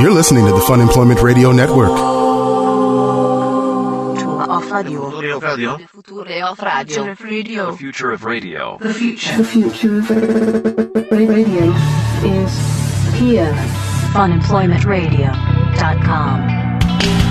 You're listening to the Fun Employment Radio Network. Future of radio. Audio Radio. Future of radio. The future of radio. The future of radio is here. Funemploymentradio.com.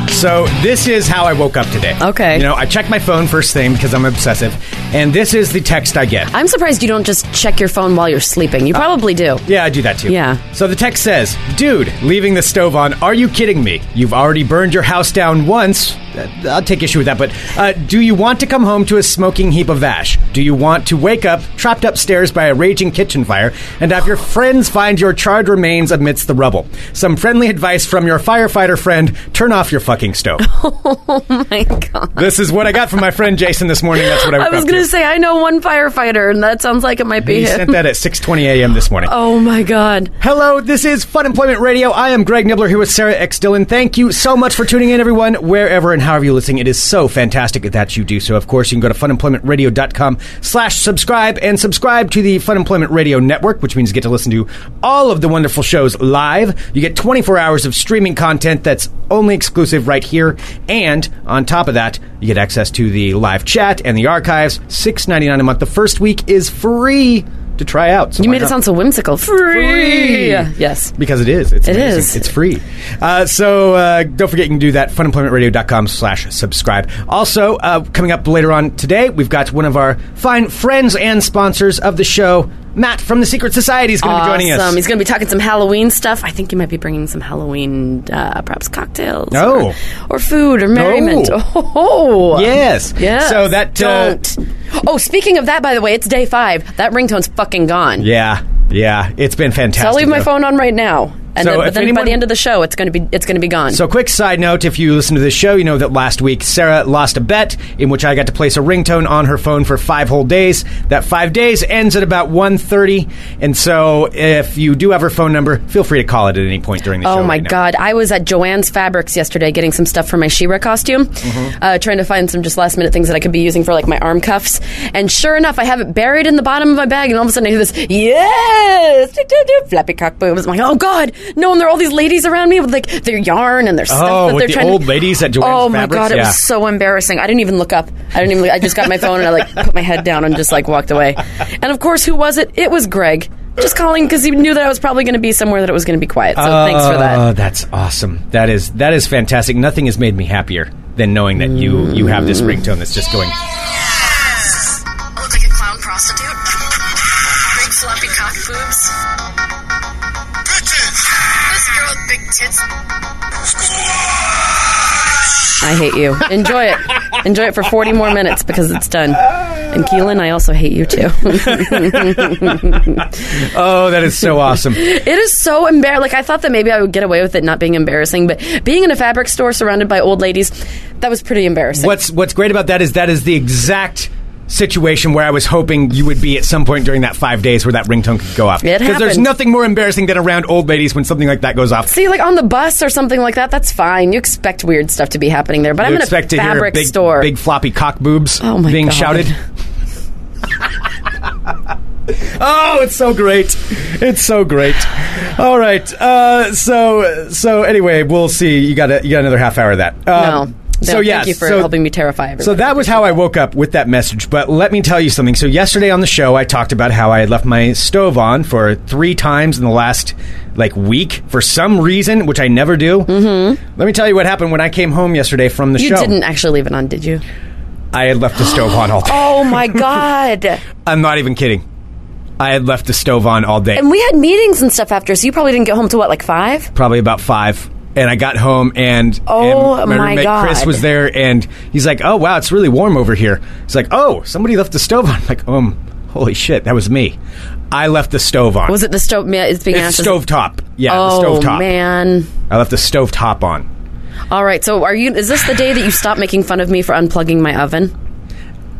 So this is how I woke up today. Okay. You know, I checked my phone first thing because I'm obsessive, and this is the text I get. I'm surprised you don't just check your phone while you're sleeping. You probably do. Yeah, I do that too. Yeah. So the text says, "Dude, leaving the stove on. Are you kidding me? You've already burned your house down once. Uh, I'll take issue with that, but uh, do you want to come home to a smoking heap of ash? Do you want to wake up trapped upstairs by a raging kitchen fire and have your friends find your charred remains amidst the rubble? Some friendly advice from your firefighter friend: Turn off your fucking stove." Oh My God. This is what I got from my friend Jason this morning. That's what I, I woke was up going to. to say, I know one firefighter, and that sounds like it might be He him. sent that at 6:20 a.m. this morning. Oh, my God. Hello, this is Fun Employment Radio. I am Greg Nibbler here with Sarah X Dillon. Thank you so much for tuning in, everyone, wherever and however you're listening. It is so fantastic that you do so. Of course, you can go to funemploymentradio.com slash subscribe and subscribe to the Fun Employment Radio Network, which means you get to listen to all of the wonderful shows live. You get 24 hours of streaming content that's only exclusive right here. And on top of that, you get access to the live chat and the archives. $6.99 a month. The first week is free to try out. So You why made it not? sound so whimsical. Free. Yes. Because it is. It's It amazing. is. It's free. Uh, so uh, don't forget you can do that. Funemploymentradio.com slash subscribe. Also, uh, coming up later on today, we've got one of our fine friends and sponsors of the show, Matt from the Secret Society, is going to be joining us. Awesome. He's going to be talking some Halloween stuff. I think you might be bringing some Halloween, uh, perhaps cocktails. No. Or, or food or merriment. No. Oh. yes. Yes. So that. Uh, Don't. Oh, speaking of that, by the way, it's day five. That ringtone's fucking gone. yeah. Yeah. It's been fantastic. So I'll leave my though. phone on right now, and So then, if but then by anyone- the end of the show, it's gonna be it's gonna be gone. So, quick side note if you listen to this show, you know that last week Sarah lost a bet in which I got to place a ringtone on her phone for five whole days. That five days ends at about 1.30. And so, if you do have her phone number, feel free to call it at any point during the show. Oh my right now. God! I was at Joanne's Fabrics yesterday getting some stuff for my Shira costume, Mm-hmm. uh, trying to find some just last minute things that I could be using for like my arm cuffs. And sure enough, I have it buried in the bottom of my bag, and all of a sudden I hear this yes, Do-do-do, flappy cock boobs. I'm like, oh God, no! And there are all these ladies around me with like their yarn and their stuff Oh, that with they're the trying to- old ladies at Joanne's Oh my Fabrics? God, it Yeah. was so embarrassing. I didn't even look up. I didn't even. Look, I just got my phone and I like put my head down and just like walked away. And of course, who was it? It was Greg. Just calling because he knew that I was probably going to be somewhere that it was going to be quiet. So thanks for that. Oh, that's awesome. That is that is fantastic. Nothing has made me happier than knowing that you you have this ringtone that's just going. Look like a clown prostitute. Big floppy cock boobs. This girl with big tits. I hate you. Enjoy it. Enjoy it for 40 more minutes because it's done. And Keelan, I also hate you too. Oh, that is so awesome. it is so embarrassing. Like, I thought that maybe I would get away with it not being embarrassing, but being in a fabric store surrounded by old ladies, that was pretty embarrassing. What's What's great about that is that is the exact situation where I was hoping you would be at some point during that five days where that ringtone could go off. It Because there's happened. nothing more embarrassing than around old ladies when something like that goes off. See, like on the bus or something like that, that's fine. You expect weird stuff to be happening there, but you I'm in a expect to hear fabric big, store. big floppy cock boobs Oh my being God. shouted. oh, it's so great! It's so great. All right, uh, so so anyway, we'll see. You got a, you got another half hour of that. no. Um, No, So yeah, thank you for so- helping me terrify everyone. So that was how I woke up with that message. But let me tell you something. So yesterday on the show, I talked about how I had left my stove on for three times in the last like week for some reason, which I never do. Mm-hmm. Let me tell you what happened when I came home yesterday from the you show. didn't actually leave it on, did you? I had left the stove on all day. Oh my god! I'm not even kidding. I had left the stove on all day, and we had meetings and stuff after, so you probably didn't get home to what, like five? probably about five. And I got home and Oh and my, my roommate God. Chris was there and he's like, "Oh wow, it's really warm over here." He's like, "Oh, somebody left the stove on." I'm like, um, holy shit, that was me. I left the stove on. Was it the stove? ma- It's being It's asked. stove top. Yeah, Oh the stove top. man! I left the stove top on. All right. So are you? Is this the day that you stop making fun of me for unplugging my oven?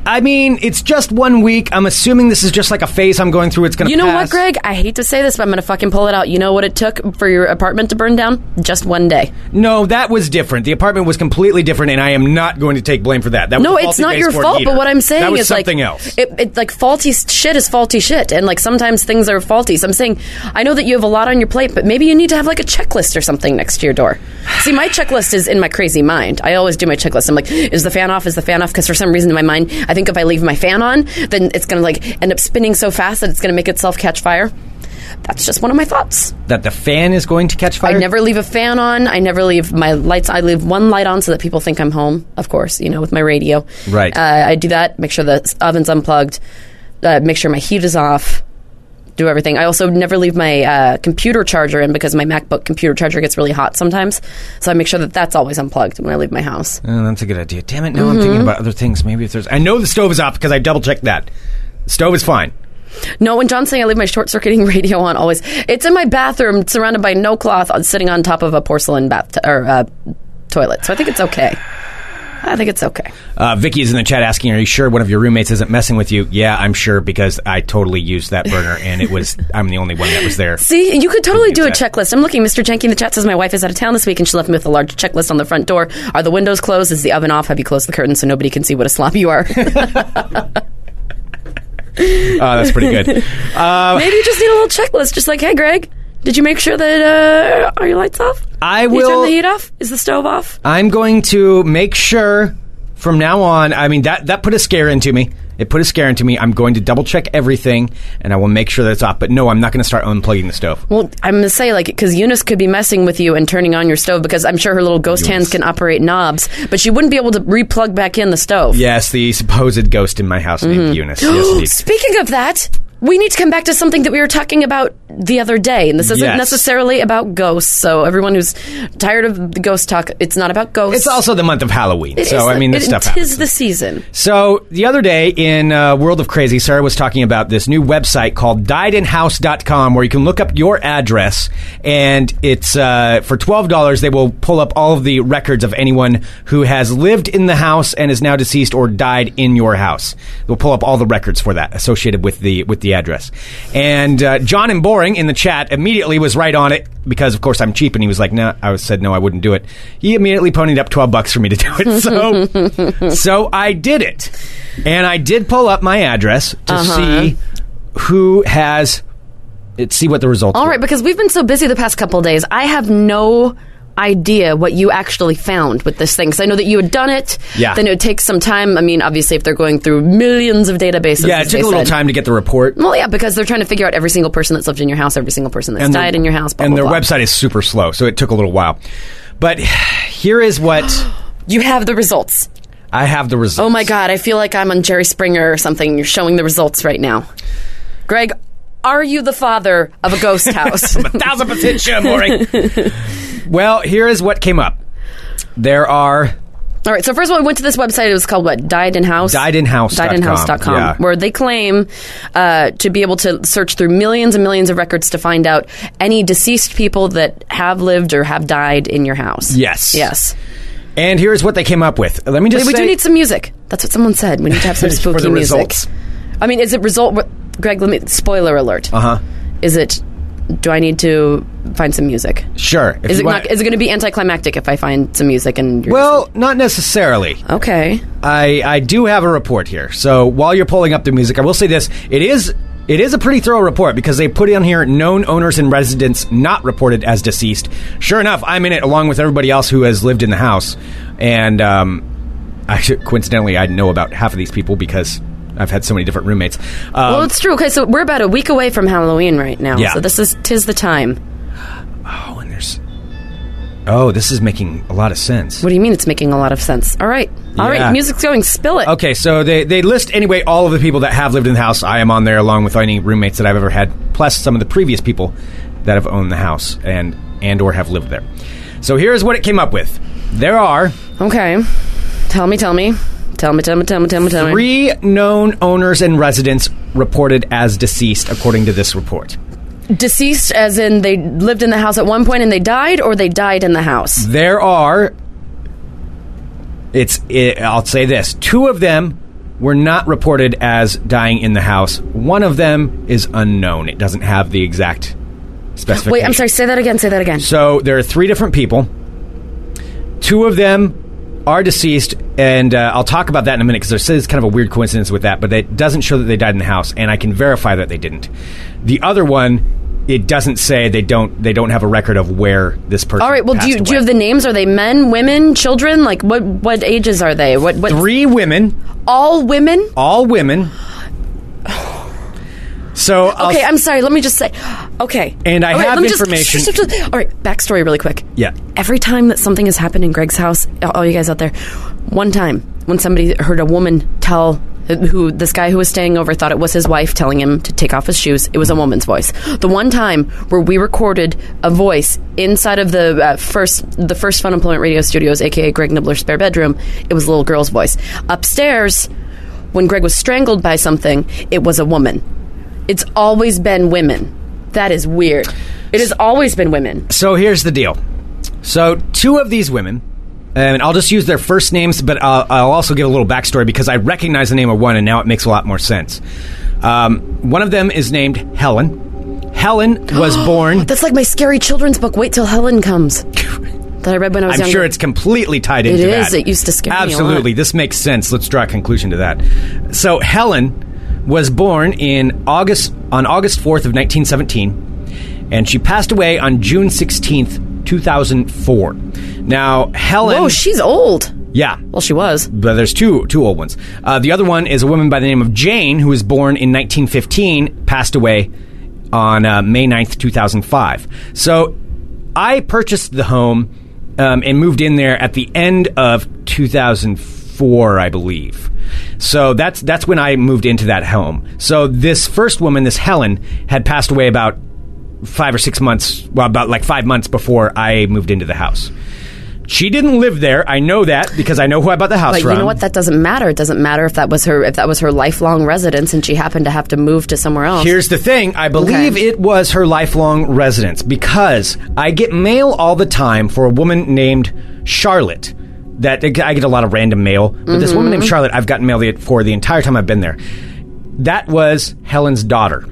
I mean, it's just one week. I'm assuming this is just like a phase I'm going through. It's going to You know what, Greg? I hate to say this, but I'm gonna fucking pull it out. You know what it took for your apartment to burn down? Just one day. No, that was different. The apartment was completely different, and I am not going to take blame for that. That was No, a it's faulty not your baseboard fault. heater. But what I'm saying that was is something like, else. It, it like faulty s- shit is faulty shit, and like sometimes things are faulty. So I'm saying I know that you have a lot on your plate, but maybe you need to have like a checklist or something next to your door. See, my checklist is in my crazy mind. I always do my checklist. I'm like, is the fan off? Is the fan off? Because for some reason in my mind, I think if I leave my fan on, then it's gonna like end up spinning so fast that it's gonna make itself catch fire. That's just one of my thoughts. that the fan is going to catch fire. I never leave a fan on. I never leave my lights. I leave one light on so that people think I'm home. Of course, you know, with my radio. Right. Uh, I do that. Make sure the s- oven's unplugged. Uh, make sure my heat is off. Do everything. I also never leave my uh, computer charger in because my MacBook computer charger gets really hot sometimes. So I make sure that that's always unplugged when I leave my house. Oh, that's a good idea. Damn it! Now I'm Mm-hmm. thinking about other things. Maybe if there's, I know the stove is off because I double checked that. Stove is fine. No, when John's saying I leave my short circuiting radio on always, it's in my bathroom surrounded by no cloth on- sitting on top of a porcelain bath or uh, toilet. So I think it's okay. I think it's okay. Uh, Vicky is in the chat asking, "Are you sure one of your roommates isn't messing with you?" Yeah, I'm sure because I totally used that burner, and it was I'm the only one that was there. See, you could totally do a Exact- checklist. I'm looking. Mr. Janky in the chat says my wife is out of town this week, and she left me with a large checklist on the front door. Are the windows closed? Is the oven off? Have you closed the curtains so nobody can see what a slob you are? Maybe Uh, that's pretty good. you just need a little checklist. Just like, hey, Greg, did you make sure that uh, are your lights off? I Did you turn will. the heat off? Is the stove off? I'm going to make sure from now on. I mean that that put a scare into me. It put a scare into me. I'm going to double check everything, and I will make sure that it's off. But no, I'm not going to start unplugging the stove. Well, I'm gonna say like because Eunice could be messing with you and turning on your stove because I'm sure her little ghost hands can operate knobs, but she wouldn't be able to replug back in the stove. Yes, the supposed ghost in my house Mm-hmm. named Eunice. Yes, indeed. Speaking of that, we need to come back to something that we were talking about the other day, and this isn't Yes. necessarily about ghosts. So everyone who's tired of the ghost talk, it's not about ghosts. It's also the month of Halloween, It so is I the- mean this it, stuff. It happens. is the season. So the other day in uh, World of Crazy, Sarah was talking about this new website called diedinhouse.com where you can look up your address and it's uh, for $12 they will pull up all of the records of anyone who has lived in the house and is now deceased or died in your house. They'll pull up all the records for that associated with the with the address. And uh, John and Boring in the chat immediately was right on it because of course I'm cheap and he was like no I said no I wouldn't do it. He immediately ponied up 12 bucks for me to do it. So so I did it. And I did pull up my address to Uh-huh. see who has it see what the results All were. right, because we've been so busy the past couple days, I have no idea what you actually found with this thing. Because I know that you had done it. Yeah. Then it would take some time. I mean, obviously, if they're going through millions of databases. Yeah, it as took they a little said. time to get the report. Well, yeah, because they're trying to figure out every single person that's lived in your house, every single person that's their- died in your house. Blah, and blah, their blah. website is super slow, so it took a little while. But here is what You have the results. I have the results. Oh my god, I feel like I'm on Jerry Springer or something. You're showing the results right now. Greg, are you the father of a ghost house? thousand percent sure, Maury. well, here is what came up. There are All right, so first of all, I went to this website. It was called what? Died in House? Diedinhouse.com. Diedinhouse.com, Yeah. where they claim uh, to be able to search through millions and millions of records to find out any deceased people that have lived or have died in your house. Yes. Yes. and here is what they came up with. Let me just we say do need some music. That's what someone said. We need to have some For spooky the music. results. I mean, is it result? Greg, let me. Spoiler alert. uh-huh. Uh huh. Is it? Do I need to find some music? sure. if Is you it want- not, is it going to be anticlimactic if I find some music and you're well, not necessarily. okay? I I do have a report here. So while you're pulling up the music, I will say this: it is it is a pretty thorough report because they put in here known owners and residents not reported as deceased. Sure enough, I'm in it along with everybody else who has lived in the house, and um, I coincidentally I know about half of these people because I've had so many different roommates. Um, well, it's true. Okay, so we're about a week away from Halloween right now. Yeah. So this is tis the time. oh, and there's oh, this is making a lot of sense. What do you mean? It's making a lot of sense. All right. all right. Yeah. Music's going. Spill it. Okay, so they, they list anyway all of the people that have lived in the house. I am on there along with any roommates that I've ever had, plus some of the previous people that have owned the house and and or have lived there. So here's what it came up with. There are Okay. Tell me. Tell me. Tell me. Tell me. Tell me. Tell me. Tell me. three known owners and residents reported as deceased according to this report. Deceased, as in they lived in the house at one point and they died, or they died in the house. There are it's it, I'll say this. Two of them were not reported as dying in the house. One of them is unknown. It doesn't have the exact specification. Wait, I'm sorry. Say that again. Say that again. So there are three different people. Two of them are deceased, and uh, I'll talk about that in a minute because there is kind of a weird coincidence with that, but it doesn't show that they died in the house, and I can verify that they didn't. The other one, it doesn't say they don't. They don't have a record of where this person. All right. Well, do you, passed do you away. have the names? Are they men, women, children? Like what? What ages are they? What? What? three women? All women? All women. So I'll Okay, I'm sorry. Let me just say. Okay. And I All right, have let me just- information- all right, backstory really quick. Yeah. Every time that something has happened in Greg's house, all you guys out there, one time when somebody heard a woman tell who this guy who was staying over thought it was his wife telling him to take off his shoes, it was a woman's voice. The one time where we recorded a voice inside of the uh, first the first Fun Employment Radio Studios, aka Greg Nibbler's spare bedroom, it was a little girl's voice. Upstairs, when Greg was strangled by something, it was a woman. It's always been women. That is weird. It has always been women. So here's the deal. So two of these women, and I'll just use their first names, but I'll, I'll also give a little backstory because I recognize the name of one, and now it makes a lot more sense. Um, one of them is named Helen. Helen was born. That's like my scary children's book. Wait till Helen comes. That I read when I was I'm younger. sure it's completely tied It into is. that. It used to scare me a lot. Absolutely. This makes sense. Let's draw a conclusion to that. So Helen was born in August on August 4th of 1917 and she passed away on June 16th, 2004. Now, Helen Whoa, Oh, she's old. Yeah. Well, she was. But there's two two old ones. Uh, the other one is a woman by the name of Jane, who was born in 1915, passed away on uh, May 9th, 2005. So I purchased the home um, and moved in there at the end of 2004, I believe. So that's that's when I moved into that home. So this first woman, this Helen, had passed away about five or six months, well, about like five months before I moved into the house. She didn't live there. I know that because I know who I bought the house But from. you know what? That doesn't matter. It doesn't matter if that was her if that was her lifelong residence and she happened to have to move to somewhere else. Here's the thing. I believe Okay. it was her lifelong residence because I get mail all the time for a woman named Charlotte. That I get a lot of random mail, but this woman named Charlotte, I've gotten mail the- for the entire time I've been there. That was Helen's daughter.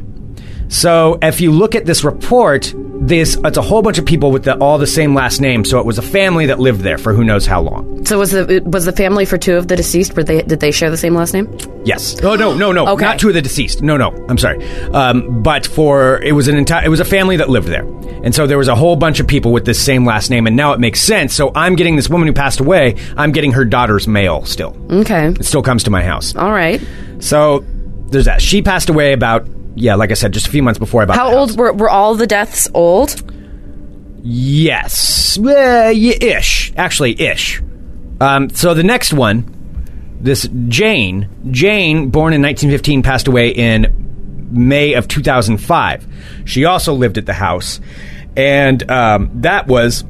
So if you look at this report, this it's a whole bunch of people with the, all the same last name. So it was a family that lived there for who knows how long. so was the was the family for two of the deceased? Were they did they share the same last name? Yes. Oh no, no, no. Okay. Not two of the deceased. No, no. I'm sorry. Um, but for it was an entire it was a family that lived there, and so there was a whole bunch of people with this same last name, and now it makes sense. So I'm getting this woman who passed away. I'm getting her daughter's mail still. Okay. It still comes to my house. All right. So there's that. She passed away about yeah, like I said, just a few months before I bought. How the old house. were were all the deaths old? Yes, uh, y- ish. Actually, ish. Um, so the next one, this Jane, Jane, born in 1915, passed away in May of 2005. She also lived at the house, and um, that was.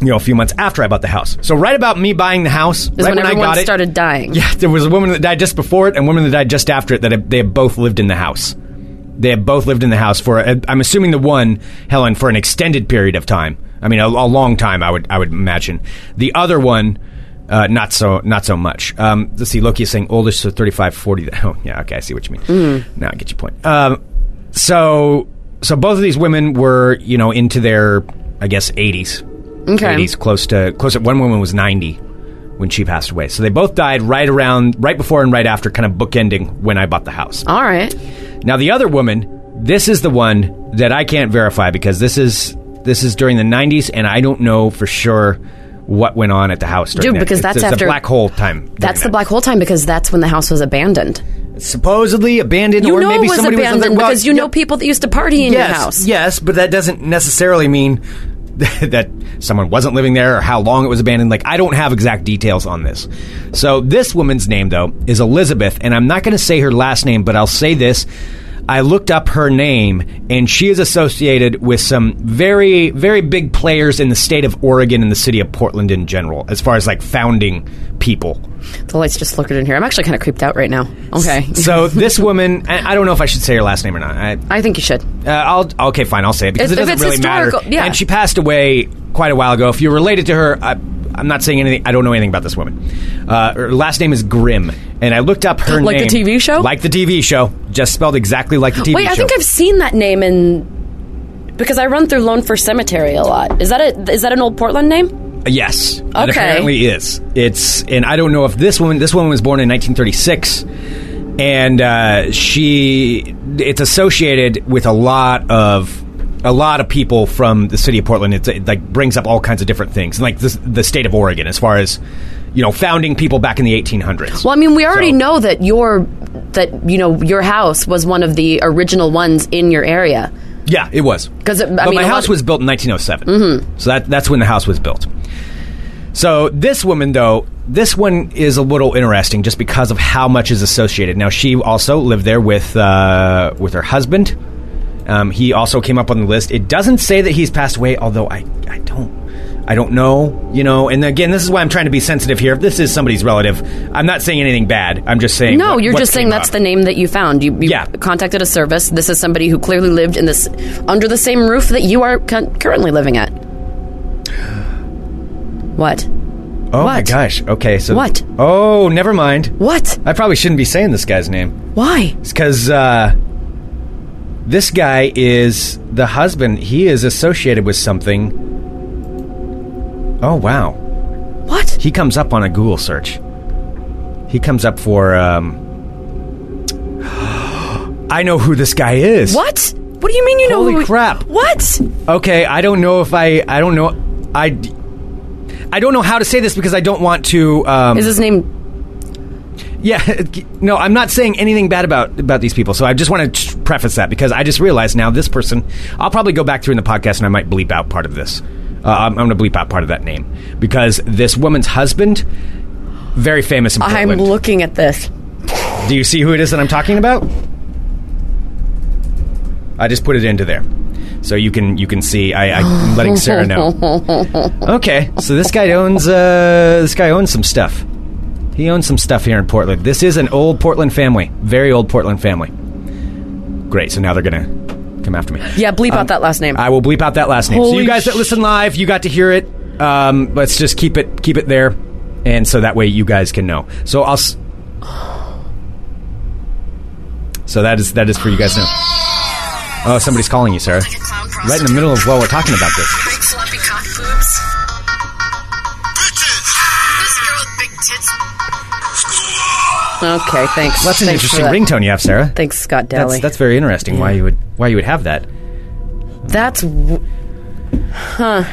You know, a few months after I bought the house. So right about me buying the house, Is right when when I everyone got it, started dying. yeah, there was a woman that died just before it and a woman that died just after it that had- they had both lived in the house. They had both lived in the house for, I'm assuming the one, Helen, for an extended period of time. I mean, a, a long time, I would, I would imagine. The other one, uh, not so, not so much. Um, let's see, Loki is saying oldest, so 35, 40. Oh, yeah, okay, I see what you mean. Now I get your point. Um, so, so both of these women were, you know, into their, I guess, 80s. Okay. 80s, close to close. To, one woman was 90 when she passed away. So they both died right around, right before and right after, kind of bookending when I bought the house. All right. Now the other woman, this is the one that I can't verify because this is this is during the 90s, and I don't know for sure what went on at the house during Dude, that. because It's- that's it's after- a black hole time. during That's the that. black hole time because that's when the house was abandoned. supposedly abandoned, You or know maybe it was somebody abandoned was in there. Well, because you know yep. people that used to party in yes, your house. Yes, but that doesn't necessarily mean that someone wasn't living there or how long it was abandoned. Like, I don't have exact details on this. So, this woman's name, though, is Elizabeth, and I'm not going to say her last name, but I'll say this. I looked up her name, and she is associated with some very, very big players in the state of Oregon and the city of Portland in general, as far as like founding people. The lights just flickered in here. I'm actually kind of creeped out right now. Okay. So, this woman, I I don't know if I should say her last name or not. I, I think you should. Uh, I'll okay, fine. I'll say it because If- it if doesn't it's really matter. historical- yeah. And she passed away quite a while ago. If you're related to her, I, I'm not saying anything. I don't know anything about this woman. Uh, her last name is Grimm, and I looked up her Like the name- TV show? like the TV show, just spelled exactly like the TV Wait, show. I think I've seen that name in because I run through Lone for Cemetery a lot. Is that a is that an old Portland name? Yes. It Okay. apparently is. It's and I don't know if this woman this woman was born in 1936 and uh, she it's associated with a lot of a lot of people from the city of Portland. It's, it like brings up all kinds of different things, like this, the state of Oregon, as far as you know, founding people back in the 1800s. Well, I mean, we already So- know that your that you know your house was one of the original ones in your area. Yeah, it was. 'Cause it- I but mean, my a lot house of- was built in 1907, mm-hmm. so that that's when the house was built. So this woman, though, this one is a little interesting just because of how much is associated. Now she also lived there with uh, with her husband. Um, he also came up on the list. It doesn't say that he's passed away, although I I don't. I don't know, you know, and again, this is why I'm trying to be sensitive here. If this is somebody's relative, I'm not saying anything bad. I'm just saying. No, what- you're what just saying came that's up. the name that you found. You, you Yeah. contacted a service. This is somebody who clearly lived in this under the same roof that you are con- currently living at. What? Oh my What? gosh. Okay, so What? Oh, never mind. What? I probably shouldn't be saying this guy's name. Why? It's because uh, this guy is the husband. He is associated with something. Oh wow, What? he comes up on a Google search. He comes up for. Um, I know who this guy is. What? What do you mean you know? Holy who we- crap. What? Okay, I don't know if I. I don't know. I. I don't know how to say this because I don't want to. Um, Is his name? Yeah, no, I'm not saying anything bad about about these people. So I just want to preface that because I just realized now this person. I'll probably go back through in the podcast and I might bleep out part of this. Uh, I'm, I'm going to bleep out part of that name because this woman's husband, very famous in I'm Portland. looking at this. Do you see who it is that I'm talking about? I just put it into there, so you can you can see. I, I'm letting Sarah know. Okay, so this guy owns uh, this guy owns some stuff. He owns some stuff here in Portland. This is an old Portland family, very old Portland family. Great. So now they're gonna come after me. Yeah, bleep out that last name. Um, I will bleep out that last name. so Holy you guys that listen live, you got to hear it. Um, let's just keep it keep it there, and so that way you guys can know. So I'll. S- so that is that is for you guys to know. Oh, somebody's calling you, Sarah. Like a clown Right in the middle of while we're talking about this. Big floppy cock boobs. Bitches! Who's the girl with big tits? okay, thanks. Well, that's an Thanks for interesting that. ringtone you have, Sarah. Thanks, Scott That's Daly. that's very interesting. Why you would why you would have that? That's. W- huh.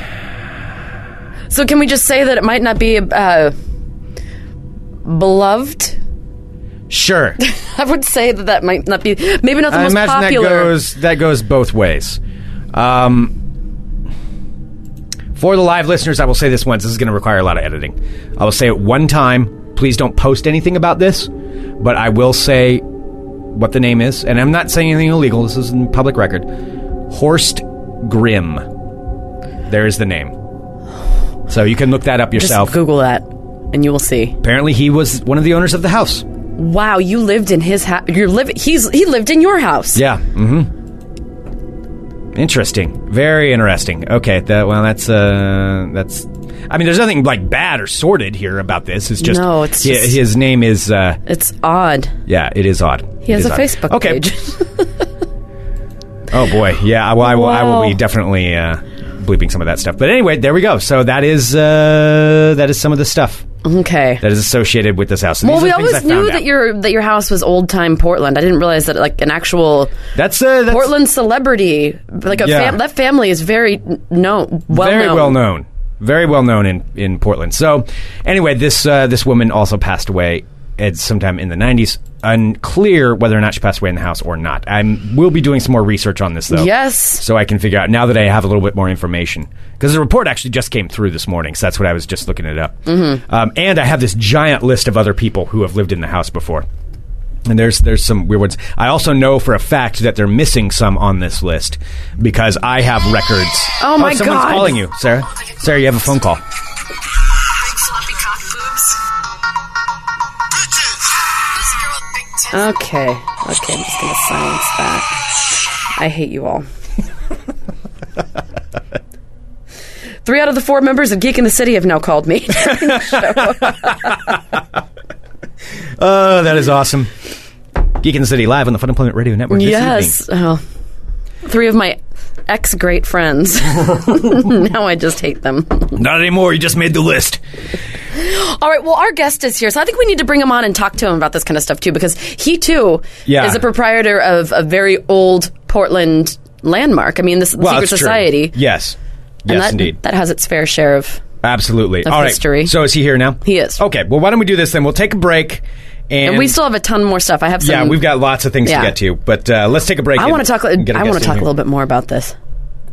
So, can we just say that it might not be uh, beloved? Sure. I would say that that might not be. Maybe not the I most imagine popular. that goes that goes both ways. Um, for the live listeners, I will say this once. This is going to require a lot of editing. I will say it one time. Please don't post anything about this, but I will say what the name is, and I'm not saying anything illegal. This is in public record. Horst Grimm. There is the name. So you can look that up just yourself. Google that, and you will see. Apparently, he was one of the owners of the house. Wow, you lived in his house. You're living. He's he lived in your house. Yeah. Mm-hmm. Interesting. Very interesting. Okay. That, well, that's uh, that's. I mean, there's nothing like bad or sordid here about this. It's just No, it's hi- just- his name is. Uh, It's odd. yeah, it is odd. He has It is odd. a Facebook okay. page. Oh boy. Yeah. I- Well, I will. I will be Wow. definitely uh, bleeping some of that stuff. But anyway, there we go. So that is uh, that is some of the stuff okay. that is associated with this house. So well, these are we things always I found knew that out. your that your house was old time Portland. I didn't realize that like an actual that's uh, that's Portland celebrity, like a Yeah. fam- that family is very known, well very known. well known, very well known in, in Portland. So, anyway, this uh, this woman also passed away at sometime in the nineties. Unclear whether or not she passed away in the house or not. I'm will be doing some more research on this though. Yes. so I can figure out now that I have a little bit more information because the report actually just came through this morning. So that's what I was just looking it up. Mm-hmm. Um, and I have this giant list of other people who have lived in the house before. And there's there's some weird ones. I also know for a fact that they're missing some on this list because I have records. Oh, my someone's God. calling you, Sarah. Sarah, you have a phone call. Big floppy cock boobs. Bitches! Who's the girl with big tits? Okay. Okay, I'm just going to silence that. I hate you all. Three out of the four members of Geek in the City have now called me. Oh, that is awesome. Geek in the City live on the Fun Employment Radio Network. This yes. Oh. Three of my ex great friends. now I just hate them. evening. Not anymore. You just made the list. All right. Well, our guest is here, so I think we need to bring him on and talk to him about this kind of stuff too, because he too Yeah. is a proprietor of a very old Portland landmark. I mean, this the Well, secret that's true. society. Yes. And Yes, that, indeed. That has its fair share of. Absolutely. of All right. history. So is he here now? He is. Okay. Well, why don't we do this then? We'll take a break. Oh, And, And we still have a ton more stuff. I have some. Yeah, we've got lots of things Yeah. to get to, but uh, let's take a break. I want to talk. I want to talk a little bit. bit more about this.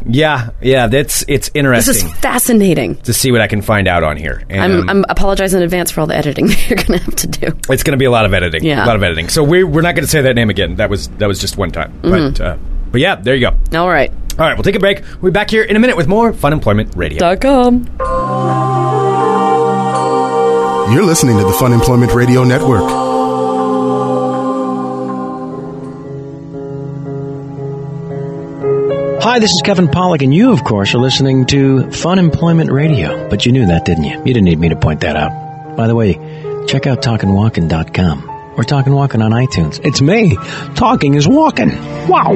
Yeah, yeah, that's it's This is interesting fascinating. to see what I can find out on here. And, um, I'm, I'm apologizing in advance for all the editing that you're going to have to do. it's going to be a lot of editing. Yeah. a lot of editing. So we we're not going to say that name again. That was that was just one time. Mm-hmm. But uh, but yeah, there you go. All All right. right, we'll take a break. We'll be back here in a minute with more Fun Employment Radio. Dot com. You're listening to the Fun Employment Radio Network. Hi, this is Kevin Pollock, and you, of course, are listening to Fun Employment Radio. But you knew that, didn't you? You didn't need me to point that out. By the way, check out talkin'walkin.com or Talkin' Walkin' on iTunes. It's me. Talking is walking. Wow.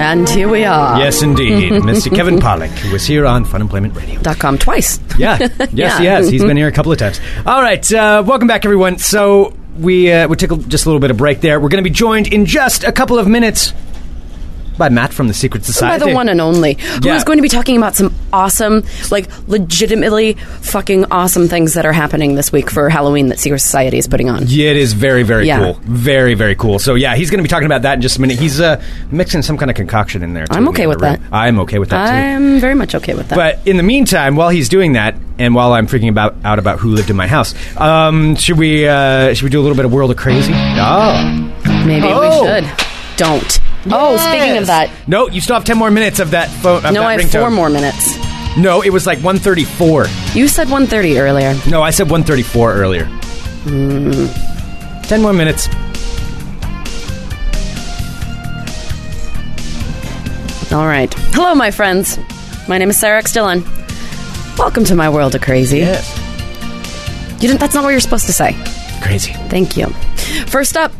And here we are. Yes, indeed, Mr. Kevin Pollack, who was here on Fun Employment Radio. Dot com twice. Yeah. Yes, Yeah. he has. He's been here a couple of times. All right. Uh, welcome back, everyone. So we uh, we took a, just a little bit of break there. We're going to be joined in just a couple of minutes by Matt from the Secret By Society. the one and only, who Yeah. is going to be talking about some awesome, like legitimately fucking awesome things that are happening this week for Halloween that Secret Society is putting on. Yeah, it is very, very Yeah. cool. Very, very cool. So yeah, he's going to be talking about that in just a minute. He's uh, mixing some kind of concoction in there. Too, I'm okay in the with room. that. I'm okay with that too. I'm very much okay with that. But in the meantime, while he's doing that, and while I'm freaking about out about who lived in my house, um, should we uh, should we do a little bit of World of Crazy? Oh. Maybe Oh. we should. Don't. Oh, speaking of that, No, you still have ten more minutes of that phone. Of no, that I have ringtone. four more minutes. No, it was like 134. You said 1.30 earlier. No, I said 134 earlier. Ten more minutes. All right. Hello, my friends. My name is Sarah X. Dillon. Welcome to my world of crazy. Yes. You didn't, that's not what you're supposed to say. Crazy. Thank you. First up,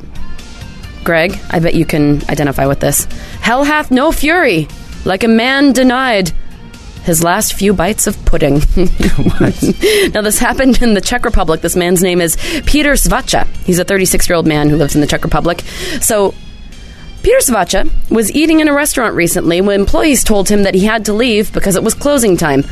Greg, I bet you can identify with this. Hell hath no fury, like a man denied his last few bites of pudding. now, this happened in the Czech Republic. This man's name is Peter Svacha. He's a 36 year old man who lives in the Czech Republic. So, Peter Svacha was eating in a restaurant recently when employees told him that he had to leave because it was closing time.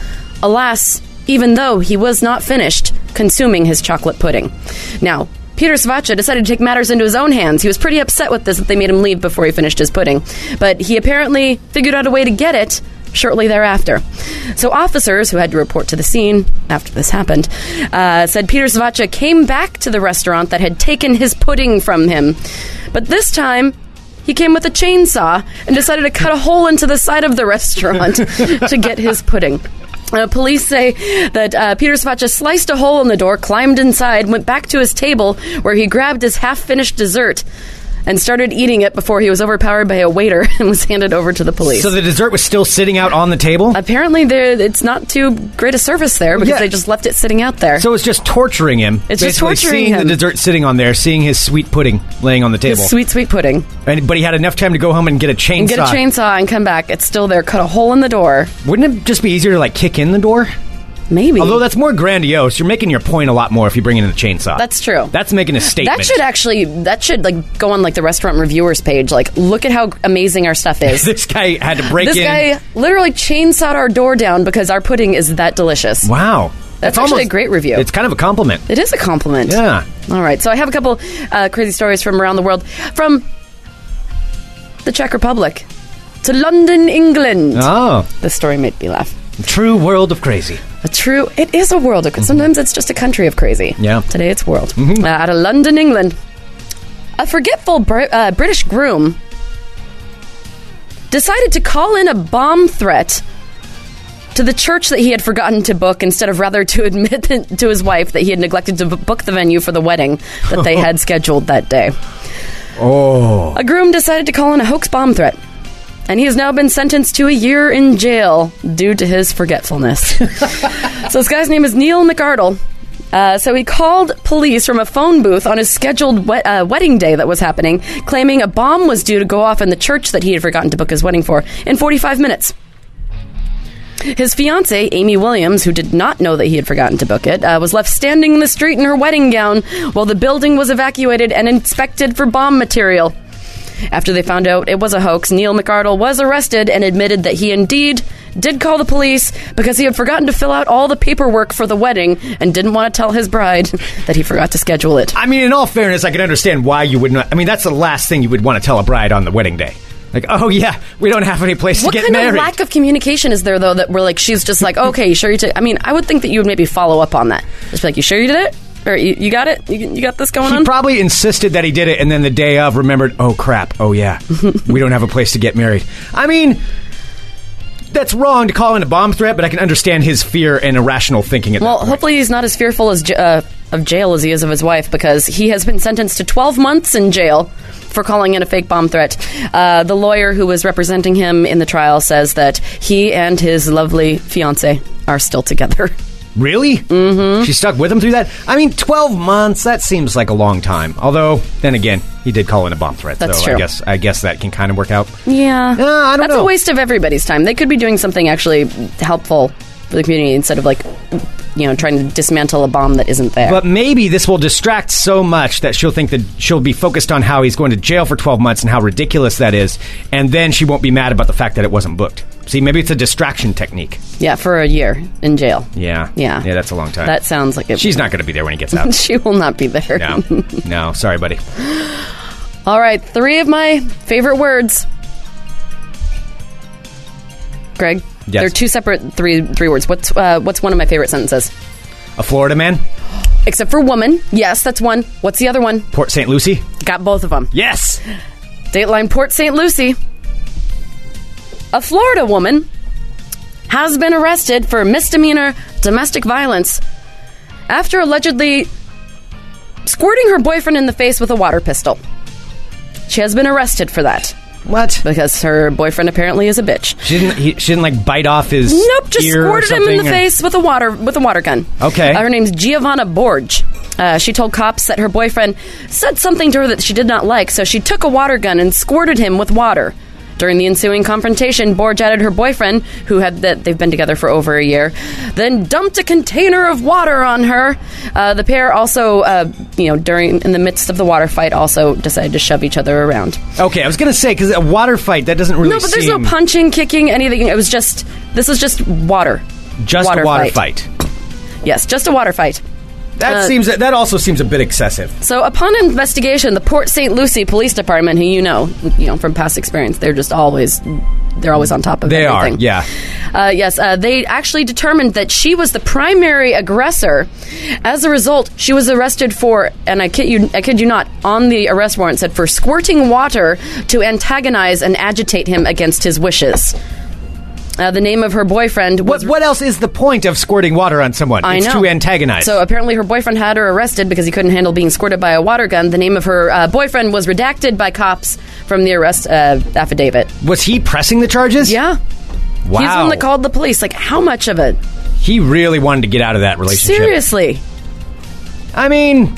Alas, even though he was not finished consuming his chocolate pudding. Now, Peter Svacha decided to take matters into his own hands. He was pretty upset with this that they made him leave before he finished his pudding, but he apparently figured out a way to get it shortly thereafter. So officers who had to report to the scene after this happened uh, said Peter Svacha came back to the restaurant that had taken his pudding from him, but this time he came with a chainsaw and decided to cut a hole into the side of the restaurant to get his pudding. Uh, police say that uh, Peter Svacha sliced a hole in the door, climbed inside, went back to his table where he grabbed his half finished dessert and started eating it before he was overpowered by a waiter and was handed over to the police. So the dessert was still sitting out on the table. Apparently, there it's not too great a service there because Yeah. they just left it sitting out there. So it's just torturing him. It's just basically torturing seeing him. the dessert sitting on there, seeing his sweet pudding laying on the table. sweet, sweet pudding. And, but he had enough time to go home and get a chainsaw. And get a chainsaw and come back. It's still there. Cut a hole in the door. Wouldn't it just be easier to like kick in the door? Maybe. Although that's more grandiose. You're making your point a lot more if you bring in the chainsaw. That's true. That's making a statement. That should actually that should like go on like the restaurant reviewers page. Like, look at how amazing our stuff is. this guy had to break this in. guy literally chainsawed our door down because our pudding is that delicious. Wow. That's actually a great review. It's kind of a compliment. It is a compliment. Yeah. All right. So I have a couple uh, crazy stories from around the world, from the Czech Republic to London, England. Oh, This story made me laugh. true world of crazy. A true, it is a world of. Sometimes it's just a country of crazy. Yeah. Today it's world. Uh, out of London, England, a forgetful Br- uh, British groom decided to call in a bomb threat to the church that he had forgotten to book instead of rather to admit that- to his wife that he had neglected to b- book the venue for the wedding that they had scheduled that day. Oh, A groom decided to call in a hoax bomb threat. and he has now been sentenced to a year in jail due to his forgetfulness. so this guy's name is Neil McArdle. Uh, so he called police from a phone booth on his scheduled we- uh, wedding day that was happening, claiming a bomb was due to go off in the church that he had forgotten to book his wedding for in 45 minutes. His fiancee, Amy Williams, who did not know that he had forgotten to book it, uh, was left standing in the street in her wedding gown while the building was evacuated and inspected for bomb material. After they found out it was a hoax, Neil McArdle was arrested and admitted that he indeed did call the police because he had forgotten to fill out all the paperwork for the wedding and didn't want to tell his bride that he forgot to schedule it. I mean, in all fairness, I can understand why you would not. I mean, that's the last thing you would want to tell a bride on the wedding day. Like, oh yeah, we don't have any place What to get kind married. of lack of communication is there though that we're like she's just like okay you sure you took I mean I would think that you would maybe follow up on that just be like you sure you did it or you, you got it you, you got this going he on probably insisted that he did it, and then the day of remembered. Oh crap! Oh yeah, we don't have a place to get married. I mean, that's wrong to call in a bomb threat, but I can understand his fear and irrational thinking. At well that point. hopefully he's not as fearful as j- uh, of jail as he is of his wife because he has been sentenced to 12 months in jail for calling in a fake bomb threat uh, the lawyer who was representing him in the trial says that he and his lovely fiance are still together Really? Mm-hmm. She stuck with him through that? I mean, 12 months, that seems like a long time. Although, then again, he did call in a bomb threat. That's so I true. guess, I guess that can kind of work out. Yeah. Uh, I don't That's know. a waste of everybody's time. They could be doing something actually helpful for the community instead of like, you know, trying to dismantle a bomb that isn't there. But maybe this will distract so much that she'll think that she'll be focused on how he's going to jail for 12 months and how ridiculous that is. And then she won't be mad about the fact that it wasn't booked. See, maybe it's a distraction technique. yeah, for a year in jail. Yeah. Yeah. Yeah, that's a long time. That sounds like it. She's not going to be there when he gets out. She will not be there. no. No. Sorry, buddy. All right, three of my favorite words. Greg, Yes. they're two separate three three words. What's uh, what's one of my favorite sentences? A Florida man? Except for woman. Yes, that's one. What's the other one? Port St. Lucie? Got both of them. Yes. Dateline Port St. Lucie. A Florida woman has been arrested for misdemeanor domestic violence after allegedly squirting her boyfriend in the face with a water pistol. She has been arrested for that What? because her boyfriend apparently is a bitch. She didn't. He, she didn't like bite off his. Nope, just ear or squirted him in the something, or- face with a water with a water gun. Okay. Uh, her name's Giovanna Borge. Uh, she told cops that her boyfriend said something to her that she did not like, so she took a water gun and squirted him with water. During the ensuing confrontation, Borge added her boyfriend, who had that they've been together for over a year, then dumped a container of water on her. Uh, the pair also, uh, you know, during in the midst of the water fight, also decided to shove each other around. Okay, I was gonna say because a water fight that doesn't really. No, but there's no seem- punching, kicking, anything. It was just this is just water. Just a water fight. Yes, just a water fight. That Uh, seems. That also seems a bit excessive. So, upon investigation, the Port St. Lucie Police Department, who you know, you know from past experience, they're just always they're always on top of They are, everything. yeah. Uh, yes, uh, they actually determined that she was the primary aggressor. As a result, she was arrested for, and I kid you, I kid you not, on the arrest warrant said for squirting water to antagonize and agitate him against his wishes. Uh, the name of her boyfriend What? was What else is the point of squirting water on someone? I it's know. to antagonize. So uh, apparently, her boyfriend had her arrested because he couldn't handle being squirted by a water gun. The name of her uh, boyfriend was redacted by cops from the arrest uh, affidavit. was he pressing the charges? Yeah, Wow. he's the one that called the police. Like, how much of it? He really wanted to get out of that relationship. Seriously, I mean.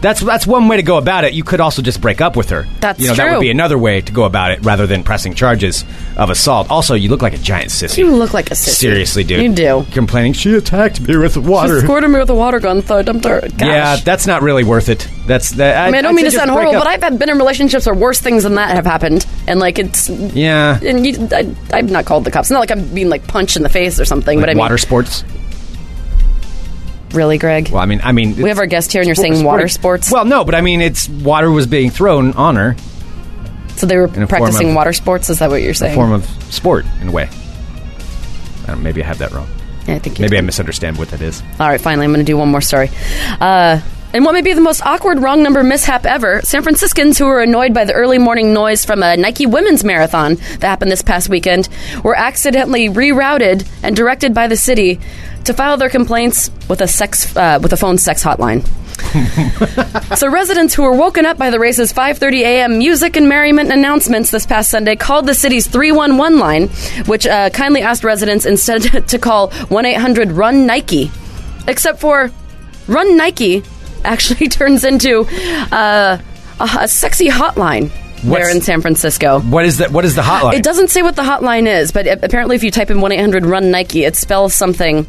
That's that's one way to go about it. You could also just break up with her. That's you know that true. would be another way to go about it rather than pressing charges of assault. Also, you look like a giant sissy. you look like a sissy. Seriously, dude. You do. Complaining, she attacked me with She water. squirted me with a water gun, so I dumped her. Gosh. Yeah, that's not really worth it. That's that. I mean, I don't mean to sound horrible, but I I've had, been in relationships where worse things than that have happened, and like it's yeah. And you, I, I've not called the cops. Not like I'm being like punched in the face or something, but I mean, water sports. really, Greg. Well, I mean, I mean, We have our guest here, and you're saying water sports. Well, no, but I mean, it's water was being thrown on her, So they were form practicing of- water sports. Is that what you're saying? form of sport in a way. I don't, know, maybe I have that wrong. I think you Maybe I did. misunderstand what that is. All right, finally, I'm going to do one more story. Uh, And what may be the most awkward wrong number mishap ever, San Franciscans who were annoyed by the early morning noise from a Nike women's marathon that happened this past weekend were accidentally rerouted and directed by the city to file their complaints with a sex uh, with a phone sex hotline. So residents who were woken up by the race's 5:30 a.m. music and merriment announcements this past Sunday called the city's 311 line, which uh, kindly asked residents instead to call 1-800-RUN-NIKE. Except for Run Nike actually turns into uh, a, a sexy hotline there What's- in San Francisco. What is that? What is the hotline? It doesn't say what the hotline is, but a- apparently, if you type in 1 800 run Nike, it spells something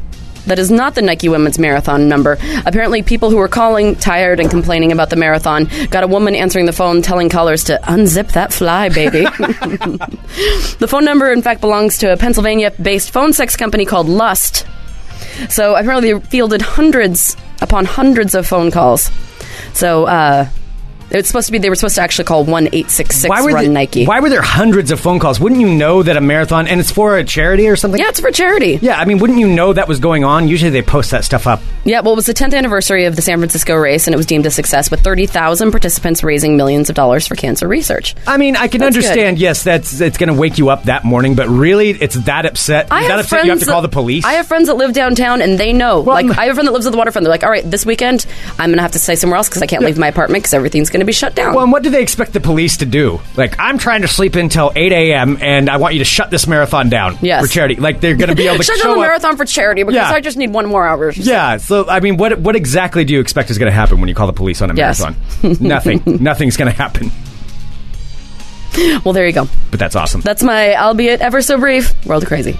that is not the Nike women's marathon number. Apparently, people who were calling tired and complaining about the marathon got a woman answering the phone telling callers to unzip that fly, baby. the phone number, in fact, belongs to a Pennsylvania based phone sex company called Lust. So apparently, they fielded hundreds upon hundreds of phone calls. So, uh,. It's supposed to be they were supposed to actually call one eight six six why were run the- Nike. Why were there hundreds of phone calls? Wouldn't you know that a marathon and it's for a charity or something? yeah, it's for charity. Yeah, I mean, wouldn't you know that was going on? Usually they post that stuff up. Yeah, well, it was the 10th anniversary of the San Francisco race, and it was deemed a success with 30,000 participants raising millions of dollars for cancer research. I mean, I can That's understand. Yes, that's it's going to wake you up that morning, but really, it's that upset. I that have upset. friends You have to that- call the police. I have friends that live downtown, and they know. like, I'm- I have a friend that lives at the waterfront. They're like, all right, this weekend, I'm going to have to stay somewhere else because I can't leave my apartment because everything's going to be shut down. Well, and what do they expect the police to do? Like, I'm trying to sleep until 8 a.m. and I want you to shut this marathon down Yes. for charity. Like, they're going to be able to shut show down the up- marathon for charity because Yeah. I just need one more hour. Yeah. So, I mean, what what exactly do you expect is going to happen when you call the police on a Yes. marathon? Nothing. Nothing's going to happen. Well, there you go. But that's awesome. That's my, albeit ever so brief, world of crazy.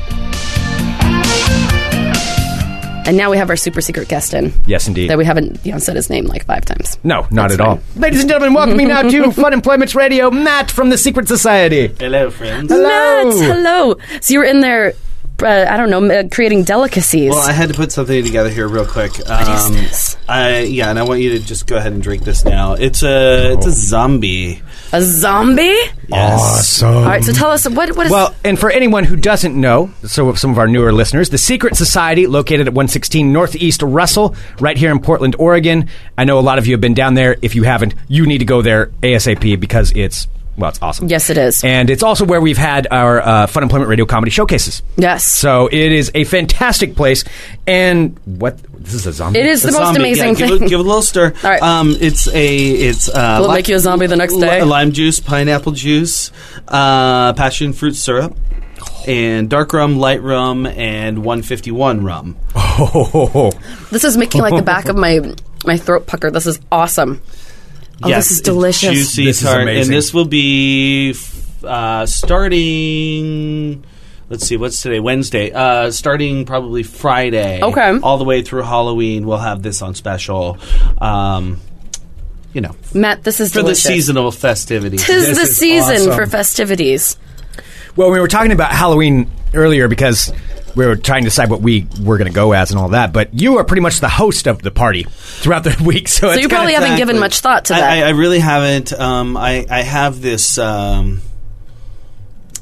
And now we have our super secret guest in. yes, indeed. That we haven't, you know, said his name like five times. no, not That's at all. Ladies and gentlemen, welcome me now to Fun Employment Radio, Matt from the Secret Society. Hello, friends. Hello. Matt, hello. So you were in there, uh, I don't know, uh, creating delicacies. Well, I had to put something together here real quick. Um, is this? I, yeah, and I want you to just go ahead and drink this now. It's a it's a zombie. a zombie? Yes. All right, so tell us what what is Well, and for anyone who doesn't know, so some of our newer listeners, the Secret Society, located at 116 Northeast Russell, right here in Portland, Oregon. I know a lot of you have been down there. If you haven't, you need to go there ASAP because it's well, it's awesome. Yes, it is. and it's also where we've had our uh, Fun Employment Radio comedy showcases. Yes. so it is a fantastic place. And what this is a zombie. It is the, A most zombie. amazing yeah, thing. Give a, give a little stir. All right. Um, it's a it's uh, Will it make you a zombie the next li- day? lime juice, pineapple juice, uh, passion fruit syrup, and dark rum, light rum, and 151 rum. Oh, this is making like the back of my my throat pucker. This is awesome. Oh, yes, this is it's delicious. Juicy This is tart, amazing. and this will be f- uh, starting. Let's see, what's today? Wednesday. Uh, starting probably Friday. Okay. All the way through Halloween, we'll have this on special. Um, you know, Matt, this is for delicious. the seasonal festivities. Tis This the is season awesome. for festivities. Well, we were talking about Halloween earlier because we were trying to decide what we were going to go as and all that. But you are pretty much the host of the party throughout the week, so, it's you kinda- probably haven't given much thought to that. I, I, I really haven't. Um, I, I have this um,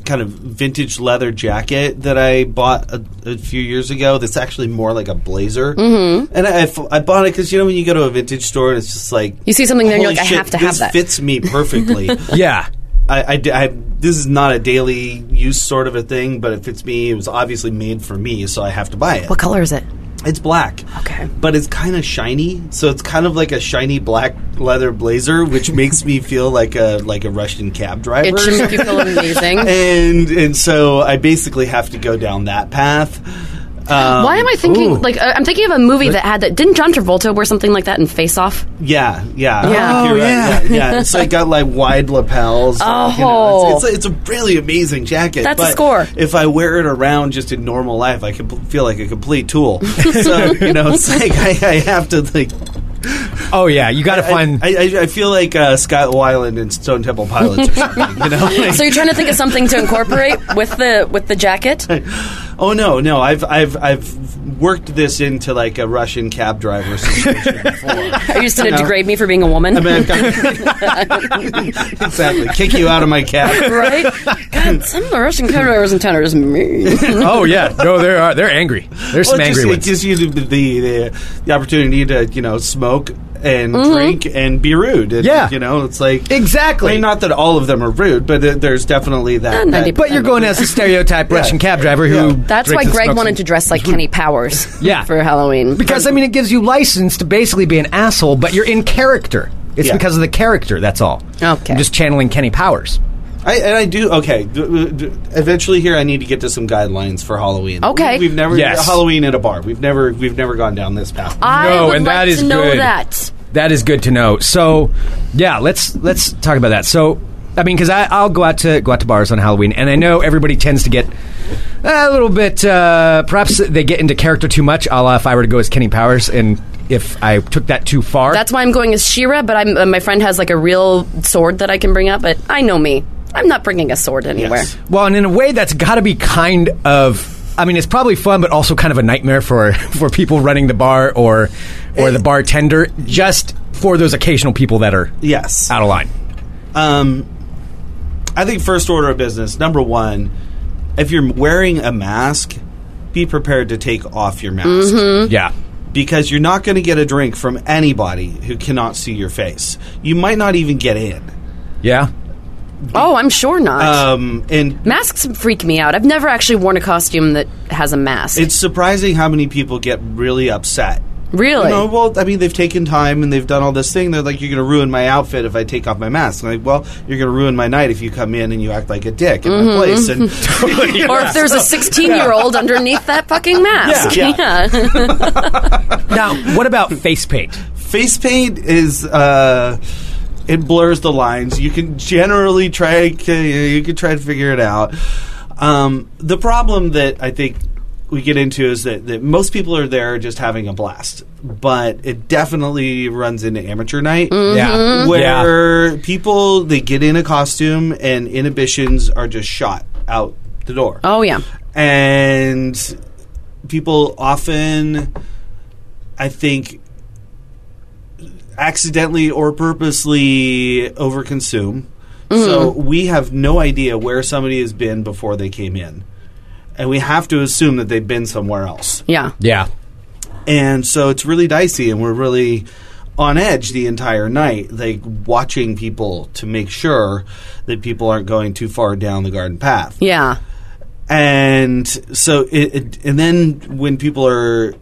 kind of vintage leather jacket that I bought a, a few years ago. That's actually more like a blazer, mm-hmm. and I, I f- I bought it because you know when you go to a vintage store and it's just like You see something there and you're "Holy like, I shit, have to this have that." Fits me perfectly. yeah. I, I d- I- this is not a daily use sort of a thing, but it fits me. It was obviously made for me, so I have to buy it. What color is it? It's black. Okay. But it's kind of shiny, so it's kind of like a shiny black leather blazer, which makes me feel like a like a Russian cab driver. It should make you feel amazing. and and so I basically have to go down that path. Um, Why am I thinking like uh, I'm thinking of a movie that had that? Didn't John Travolta wear something like that in Face Off? Yeah, yeah, Yeah. I think you're Oh, yeah. right. yeah, yeah. So it got like wide lapels. Oh. you know, it's, it's, a, it's a really amazing jacket. That's a but score. If I wear it around just in normal life, I could feel like a complete tool. so you know, it's like I, I have to like Oh yeah, you got to I- find. I, I, I feel like uh, Scott Weiland and Stone Temple Pilots or something. You know? Like, So you're trying to think of something to incorporate with the with the jacket? oh no, no, I've I've I've worked this into like a Russian cab driver situation before. I Are you just going to degrade me for being a woman? mean, I've got- exactly. Kick you out of my cab. right? God, some of the Russian cab drivers in town are just mean. oh yeah, no, they are. They're angry. There's some Well, it angry just, it ones. gives you the, the the the opportunity to you know smoke and drink and be rude. And, Mm-hmm. Yeah. you know, it's like Exactly. I mean, not that all of them are rude, but there- there's definitely that. Uh, that- 90%. But you're going as a stereotype Russian cab driver who. Yeah. That's drinks why and Greg smokes wanted and- to dress like Kenny Powers Yeah. for Halloween. Because I mean, it gives you license to basically be an asshole, but you're in character. It's Yeah. because of the character. That's all. Okay. I'm just channeling Kenny Powers. I, and I do okay. d- d- eventually, here I need to get to some guidelines for Halloween. Okay. we, have never Yes. Halloween at a bar. We've never we've never gone down this path. I No, would and like that is to know good. that. That is good to know. So, yeah, let's let's talk about that. So, I mean, because I'll go out to go out to bars on Halloween, and I know everybody tends to get a little bit. Uh, perhaps they get into character too much. A la if I were to go as Kenny Powers, and if I took that too far, That's why I'm going as Shira. But I'm, uh, my friend has like a real sword that I can bring up. But I know me. I'm not bringing a sword anywhere. Yes. well, and in a way, that's got to be kind of. I mean, it's probably fun, but also kind of a nightmare for for people running the bar or or the bartender, just for those occasional people that are Yes. out of line. Um, I think first order of business, number one, if you're wearing a mask, be prepared to take off your mask Yeah, because you're not going to get a drink from anybody who cannot see your face. You might not even get in. yeah. Oh, I'm sure not. Um, and Masks freak me out. I've never actually worn a costume that has a mask. it's surprising how many people get really upset. really? No, well, I mean, they've taken time and they've done all this thing. They're like, you're going to ruin my outfit if I take off my mask. And I'm like, well, you're going to ruin my night if you come in and you act like a dick in my place. And or if there's a 16 year old underneath that fucking mask. Yeah. Now, what about face paint? face paint is uh, it blurs the lines. You can generally try you can try to figure it out. Um, the problem that I think we get into is that, that most people are there just having a blast, but it definitely runs into amateur night Mm-hmm. Mm-hmm. Yeah, yeah. Mm-hmm. where people they get in a costume and inhibitions are just shot out the door Oh, yeah. and people often i think accidentally or purposely overconsume so we have no idea where somebody has been before they came in and we have to assume that they've been somewhere else Yeah. Yeah. and so it's really dicey and we're really on edge the entire night like watching people to make sure that people aren't going too far down the garden path Yeah. and so it, it and then when people are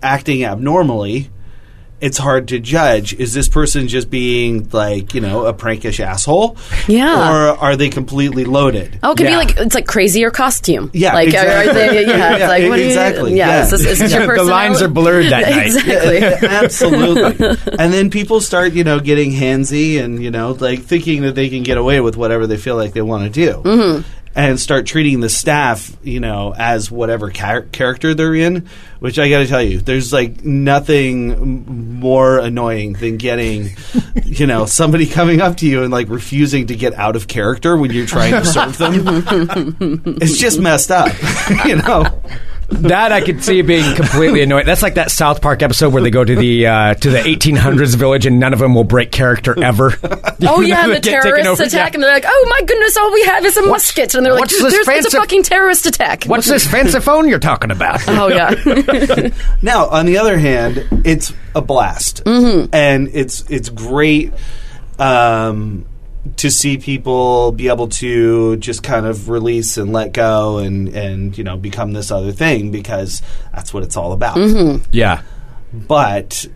acting abnormally it's hard to judge is this person just being like you know a prankish asshole Yeah. or are they completely loaded Oh, it could Yeah. be like it's like crazier costume. Yeah, like exactly. are they, yeah, Yeah, it's like what do exactly, You, yeah, yeah. Is this, is this your the lines personality? are blurred that night. exactly. Absolutely. and then people start, you know, getting handsy and, you know, like thinking that they can get away with whatever they feel like they want to do. And start treating the staff, you know, as whatever char- character they're in, which I got to tell you, there's like nothing m- more annoying than getting, you know, somebody coming up to you and like refusing to get out of character when you're trying to serve them. it's just messed up, you know. That I could see being completely annoying. That's like that South Park episode where they go to the uh, to the 1800s village and none of them will break character ever. Oh You know, yeah, they the get taken terrorist over- attack, yeah. and they're like, "Oh my goodness, all we have is a musket," and they're like, what's this "There's it's fancy- a fucking terrorist attack." What's this fancy phone you're talking about? Oh yeah, Now, on the other hand, it's a blast, and it's it's great um, to see people be able to just kind of release and let go, and and you know become this other thing because that's what it's all about. yeah. But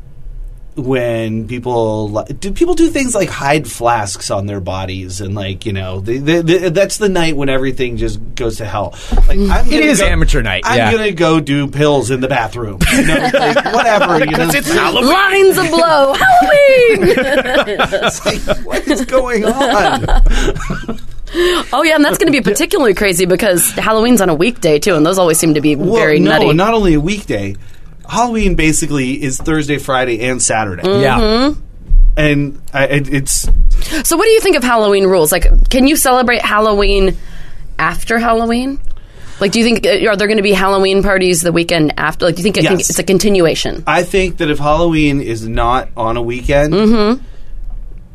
when people li- do people do things like hide flasks on their bodies and like you know they, they, they, that's the night when everything just goes to hell like I'm gonna Mm. is go- amateur night, i'm yeah. gonna go do pills in the bathroom you know, like, whatever you know Mm-hmm. lines of blow, Halloween. It's like, what is going on? Oh yeah, and that's going to be particularly crazy because Halloween's on a weekday too, and those always seem to be Well, very no, nutty. not only a weekday. Halloween basically is Thursday, Friday, and Saturday, Mm. Yeah. Mm-hmm. and I, it, it's so, what do you think of Halloween rules? Like, can you celebrate Halloween after Halloween? Like, do you think uh, are there going to be Halloween parties the weekend after? Like, do you think it can, Yes. it's a continuation? I think that if Halloween is not on a weekend, Mm-hmm.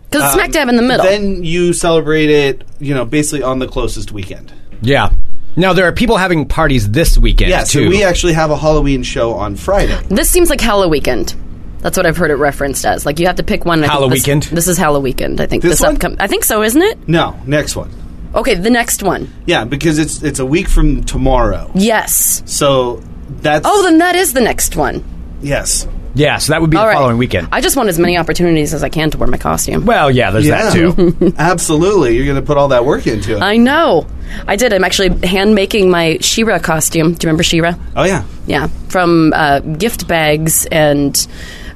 Because it's smack dab in the middle. Um, then you celebrate it, you know, basically on the closest weekend. Yeah. Now there are people having parties this weekend Yeah, too. so we actually have a Halloween show on Friday. this seems like Halloween weekend. That's what I've heard it referenced as. Like you have to pick one. I think Hallow this- Weekend? This, is Hallow Weekend. I think This this, one? upcoming. I think so, isn't it? No, next one. Okay, the next one. Yeah, because it's it's a week from tomorrow. Yes. So that's Oh, then that is the next one. yes. Yeah, so that would be All the right. following weekend. I just want as many opportunities as I can to wear my costume. well, yeah, there's that too. Absolutely. You're going to put all that work into it. I know. I did. I'm actually hand making my Shira costume. Do you remember Shira? oh yeah. Yeah, from uh, gift bags and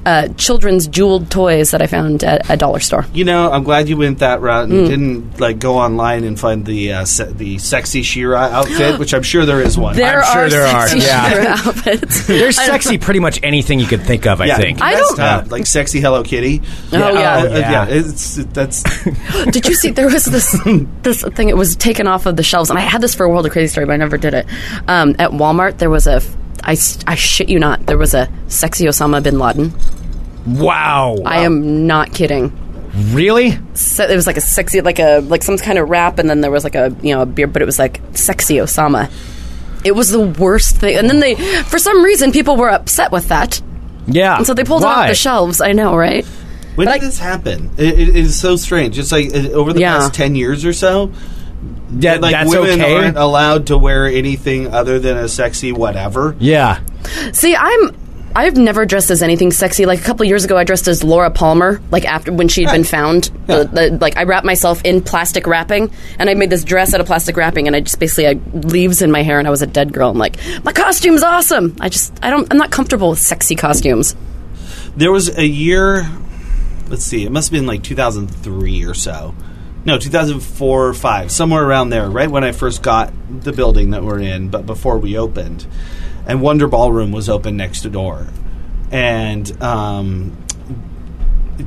uh, children's jeweled toys that I found at a dollar store. You know, I'm glad you went that route and Mm. didn't like go online and find the uh, se- the sexy Shira outfit, which I'm sure there is one. There I'm sure are there are, sexy yeah. Shira outfits. There's sexy pretty much anything you could think of, I yeah, think. I that's don't- tough. like sexy Hello Kitty. Oh, yeah. Uh, uh, Yeah. yeah. It's that's Did you see there was this this thing? It was taken off of the shelves, and I had this for a World of Crazy Story, but I never did it. Um, at Walmart, there was a I, s- I shit you not, there was a sexy Osama bin Laden. wow. I am not kidding. really? So it was like a sexy, like a like some kind of rap, and then there was like a you know a beard, but it was like sexy Osama. It was the worst thing, and then they for some reason people were upset with that, Yeah. and so they pulled it off Why? the shelves. I know, right? When But did I- this happen? It, it is so strange. It's like uh, over the Yeah. past ten years or so. That- like that's women okay. aren't allowed to wear anything other than a sexy whatever. yeah. See, I'm. I've never dressed as anything sexy. Like a couple years ago, I dressed as Laura Palmer. Like after when she'd been found, The- the- like I wrapped myself in plastic wrapping, and I made this dress out of plastic wrapping, and I just basically I leaves in my hair, and I was a dead girl. I'm like, my costume's awesome. I just I don't I'm not comfortable with sexy costumes. There was a year. Let's see. It must have been like 2003 or so. No, 2004 or five, somewhere around there. Right when I first got the building that we're in, but before we opened, and Wonder Ballroom was open next to door, and um,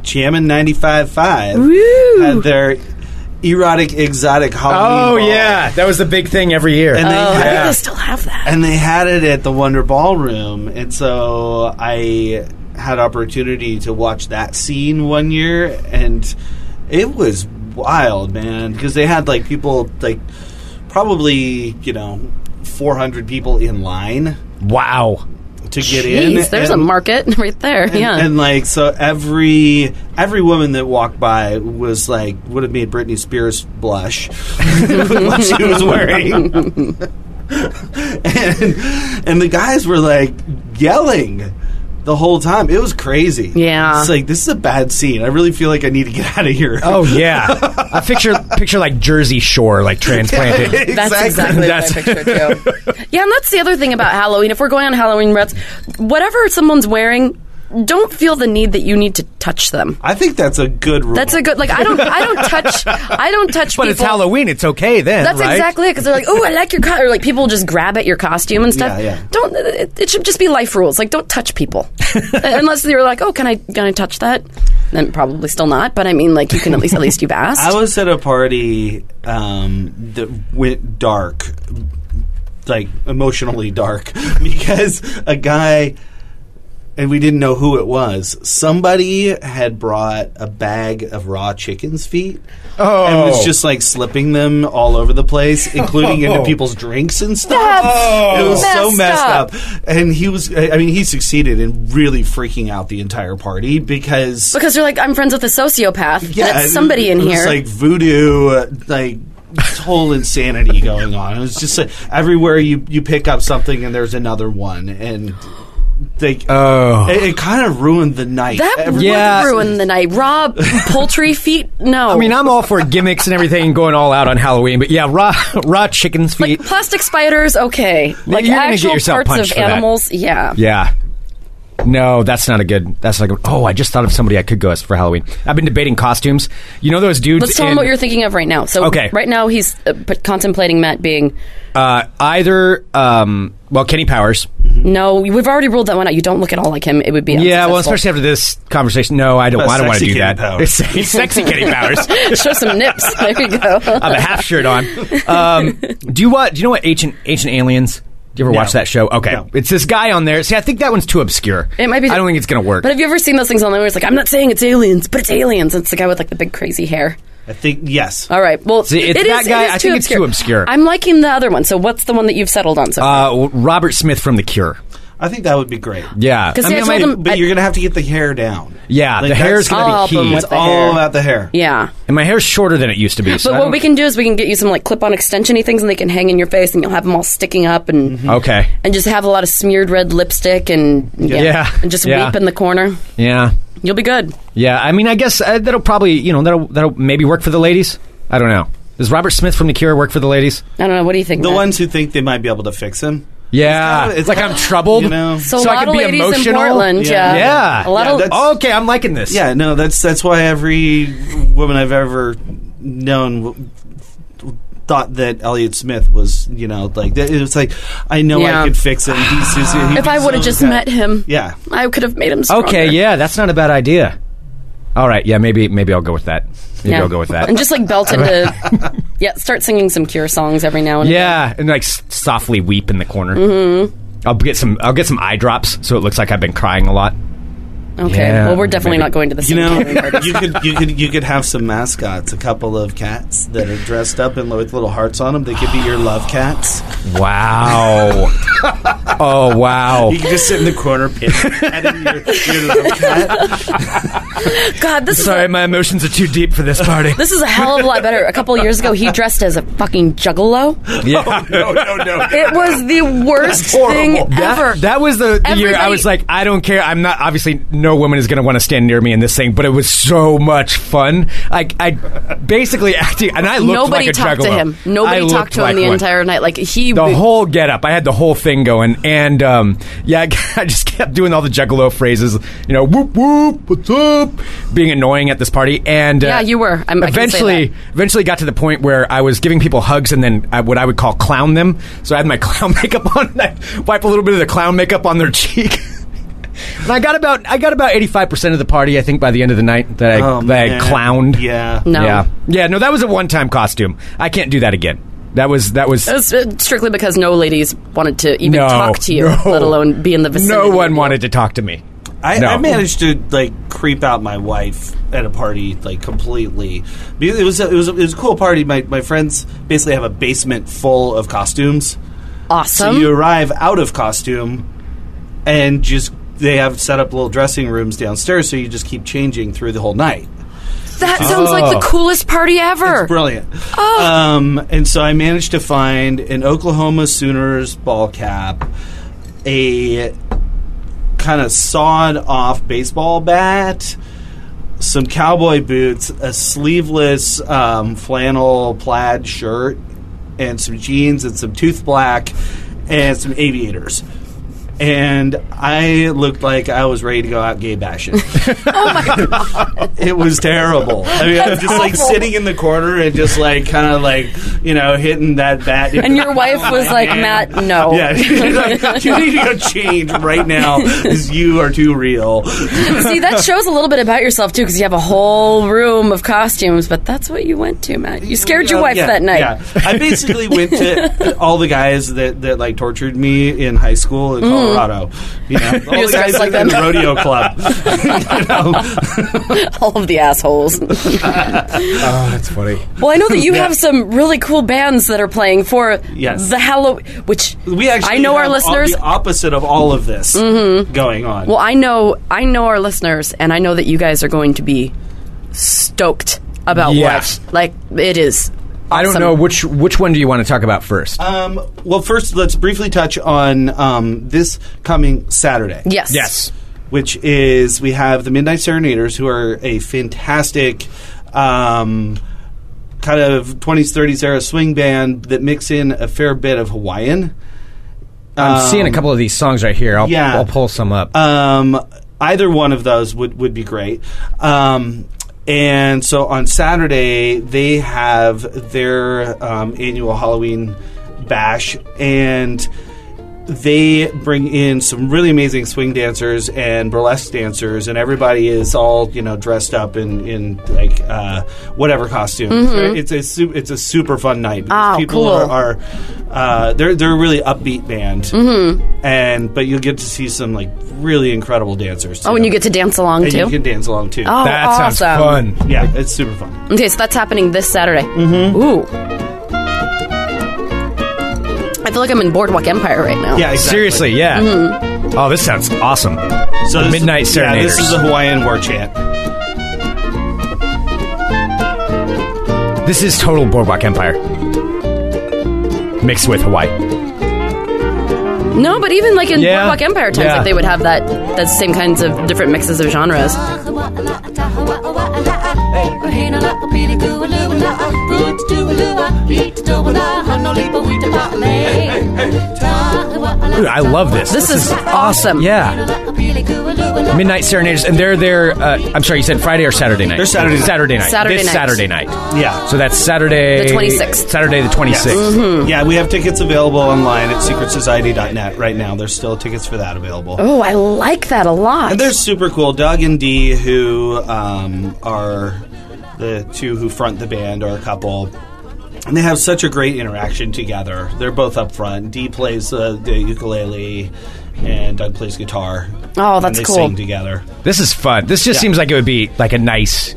Jammin' 95.5 had their erotic exotic Halloween. Oh, ball. yeah. Oh, That was the big thing every year. and they I had, think I still have that. and they had it at the Wonder Ballroom, and so I had opportunity to watch that scene one year, and it was wild, man, because they had like people like probably you know 400 people in line wow. to get in. Jeez, there's a and- market right there. and, yeah. and like so every every woman that walked by was like would have made Britney Spears blush what she was wearing. and and the guys were like yelling the whole time. It was crazy. Yeah. It's like this is a bad scene. I really feel like I need to get out of here. Oh yeah. I picture picture like Jersey Shore like transplanted. That's exactly, That's- what I pictured too. yeah, and that's the other thing about Halloween. If we're going on Halloween ruts, whatever someone's wearing, don't feel the need that you need to touch them. I think that's a good rule. That's a good like I don't I don't touch I don't touch but people. it's Halloween. It's okay then. That's right? exactly it because they're like, "Oh, I like your costume." Or like people just grab at your costume and stuff. Yeah, yeah. Don't. It, it should just be life rules. Like, don't touch people unless you're like, "Oh, can I can I touch that?" Then probably still not. But I mean, like, you can at least at least you've asked. I was at a party um, that went dark, like emotionally dark, because a guy, and we didn't know who it was, somebody had brought a bag of raw chicken's feet. And was Oh. just like slipping them all over the place, including into Oh. people's drinks and stuff. That's It was so messed messed up. up. And he was, I I mean, he succeeded in really freaking out the entire party because Because you're like, I'm friends with a sociopath. yeah, That's it- somebody in it was here. like voodoo, uh, like whole insanity going on. It was just like everywhere you you pick up something and there's another one, and they Oh. it, it kind of ruined the night. that Every- would Yeah. ruin the night. Raw poultry feet? No. I mean, I'm all for gimmicks and everything and going all out on Halloween, but yeah, raw raw chicken's feet. like plastic spiders, okay. Like you're gonna get actual yourself parts punched of for that. animals, yeah. yeah. No, that's not a good. That's like oh, I just thought of somebody I could go as for Halloween. I've been debating costumes. You know those dudes. Let's tell in- him what you're thinking of right now. So Okay. right now he's uh, p- contemplating Matt being uh, either um, well, Kenny Powers. no. We've already ruled that one out. You don't look at all like him. It would be Yeah, well, especially unsuccessful. after this conversation. No, I don't. About I don't want to sexy do Kenny that. Powers. It's sexy Kenny Powers. show some nips. There you I go. have a half shirt on. Um, do you what? Do you know what ancient ancient aliens? Do you ever watch that show? Okay, No. it's this guy on there. See, I think that one's too obscure. It might be. I don't think it's gonna work. But have you ever seen those things on there? Where it's like I'm not saying it's aliens, but it's aliens. It's the guy with like the big crazy hair. I think yes. All right. Well, See, it's it that is- guy. it is I think it's too obscure. I'm liking the other one. So, what's the one that you've settled on? So, uh, Robert Smith from The Cure. I think that would be great. Yeah. 'Cause I see, mean, I I told might- him- But I- you're gonna have to get the hair down. Yeah, the that's- hair's gonna be All key. up with It's the all hair. about the hair. Yeah. And my hair's shorter than it used to be. So But I what don't- we can do is we can get you some like clip-on extensiony things, and they can hang in your face, and you'll have them all sticking up, and Okay. and just have a lot of smeared red lipstick, and yeah, Yeah. and just Yeah. weep in the corner. Yeah. You'll be good. Yeah. I mean, I guess uh, that'll probably you know that'll that'll maybe work for the ladies. I don't know. Does Robert Smith from The Cure work for the ladies? I don't know. What do you think? The Matt? ones who think they might be able to fix him. Yeah. kinda- it's like kinda- I'm troubled. you know. So, so a I lot can of be ladies emotional? in Portland. Yeah. Yeah. Yeah. A lot Yeah, of that's- okay, I'm liking this. Yeah, no, that's that's why every woman I've ever known w- thought that Elliot Smith was, you know, like that- it was like I know Yeah. I could fix it. and He's just, he'd If be I would have so just good. met him, yeah, I could have made him stronger. Okay, yeah, that's not a bad idea. All right, yeah, maybe maybe I'll go with that. Maybe I'll go with that. And just like belt into, yeah, start singing some Cure songs every now and then. yeah, and like s- softly weep in the corner. Mm-hmm. I'll get some I'll get some eye drops so it looks like I've been crying a lot. Okay. Yeah, well, we're definitely maybe. not going to the you same know, Halloween party. you could you could you could have some mascots, a couple of cats that are dressed up and with little hearts on them. They could be your love cats. Wow. oh wow. You could just sit in the corner, pin patting your, your love cat. God, this is Sorry, a, my emotions are too deep for this party. this is a hell of a lot better. A couple of years ago, he dressed as a fucking juggalo. yeah. Oh, No, no, no. It was the worst thing ever. That, that was the, the year I Everybody- was like, I don't care. I'm not obviously no woman is going to want to stand near me in this thing, but it was so much fun. Like I basically acting, and I looked Nobody like a talked to juggalo. him. I Nobody looked talked to him like the one. entire night. Like he, The whole get up, I had the whole thing going, and um, yeah, I just kept doing all the juggalo phrases, you know, whoop whoop, what's up, being annoying at this party, and uh, Yeah, you were. I'm- I can say eventually, that. eventually got to the point where I was giving people hugs and then I, what I would call clown them. So I had my clown makeup on and I wipe a little bit of the clown makeup on their cheek. and I got about I got about eighty five percent of the party. I think by the end of the night that I Oh, that I man. clowned. Yeah. no, yeah, yeah. No, that was a one time costume. I can't do that again. That was that was It was uh, strictly because no ladies wanted to even No, talk to you, no. let alone be in the vicinity. no one wanted to talk to me. I, No. I managed to like creep out my wife at a party like completely because it was a, it was a, it was a cool party. My my friends basically have a basement full of costumes, so Awesome. you arrive out of costume and just they have set up little dressing rooms downstairs, so you just keep changing through the whole night. that sounds like Ah. the coolest party ever. It's brilliant. Um, and so I managed to find an Oklahoma Sooners ball cap, a kind of sawed off baseball bat, some cowboy boots, a sleeveless um, flannel plaid shirt, and some jeans and some tooth black and some aviators. And I looked like I was ready to go out gay bashing. It was terrible. I mean, I'm just like sitting in the corner and just like kind of like you know hitting that bat. And your wife was like, Matt, no. Yeah, you need to go change right now because you are too real. See, that shows a little bit about yourself too, because you have a whole room of costumes. But that's what you went to, Matt. You scared your Uh, wife yeah, that night. Yeah, I basically went to all the guys that, that like tortured me in high school Mm. in Colorado. You know, all the just dressed guys like in the them. rodeo club. You know? All of the assholes. well, Oh, that's funny. I know that you have some really cool bands that are playing for Yes. the Halloween, which We actually I know our have all- listeners. Mm-hmm. the uh, opposite of all of this going on. Well, I know I know our listeners, and I know that you guys are going to be stoked about Yeah. what like it is. I don't awesome. know which which one do you want to talk about first? Um, well, first, let's briefly touch on um, this coming Saturday. Yes. yes. Which is, we have the Midnight Serenaders, who are a fantastic um, kind of 20s, 30s era swing band that mix in a fair bit of Hawaiian. I'm seeing a couple of these songs right here. I'll, um, yeah. I'll pull some up. Um, either one of those would, would be great. Um, and so on Saturday, they have their um, annual Halloween bash, and they bring in some really amazing swing dancers and burlesque dancers, and everybody is all you know dressed up in, in like uh, whatever costume. It's a su- it's a super fun night. because Mm-hmm. Oh, people cool. are, are uh, they're they're a really upbeat band, Mm-hmm. and but you'll get to see some like really incredible dancers. Oh, and you get to dance along and too. you can dance along too. oh, that awesome. sounds fun. Yeah, it's super fun. Okay, so that's happening this Saturday. Mm-hmm. Ooh. I feel like I'm in Boardwalk Empire right now. Yeah, exactly. Seriously, yeah. Mm-hmm. Oh, this sounds awesome. So this Midnight is, yeah, this Serenaders. is the Hawaiian war chant. This is total Boardwalk Empire mixed with Hawaii. No, but even like in Yeah. Boardwalk Empire times, Yeah. like they would have that that same kinds of different mixes of genres. Dude, I love this. This is awesome. Yeah, Midnight Serenaders, and they're there. Uh, I'm sorry, you said Friday or Saturday night? They're Saturday night. Saturday night. Saturday this night. Saturday night. Yeah. Hmm. So that's Saturday The Mm-hmm. 26th. Saturday the 26th. Yeah, we have tickets available online at secretsociety.net right now. There's still tickets for that available. Oh, I like that a lot. And they're super cool. Doug and Dee, who um, are the two who front the band, are a couple. And they have such a great interaction together. They're both up front. Dee plays uh, the ukulele, and Doug plays guitar. Oh, And that's they cool. sing together. This is fun. This just Yeah. seems like it would be like a nice,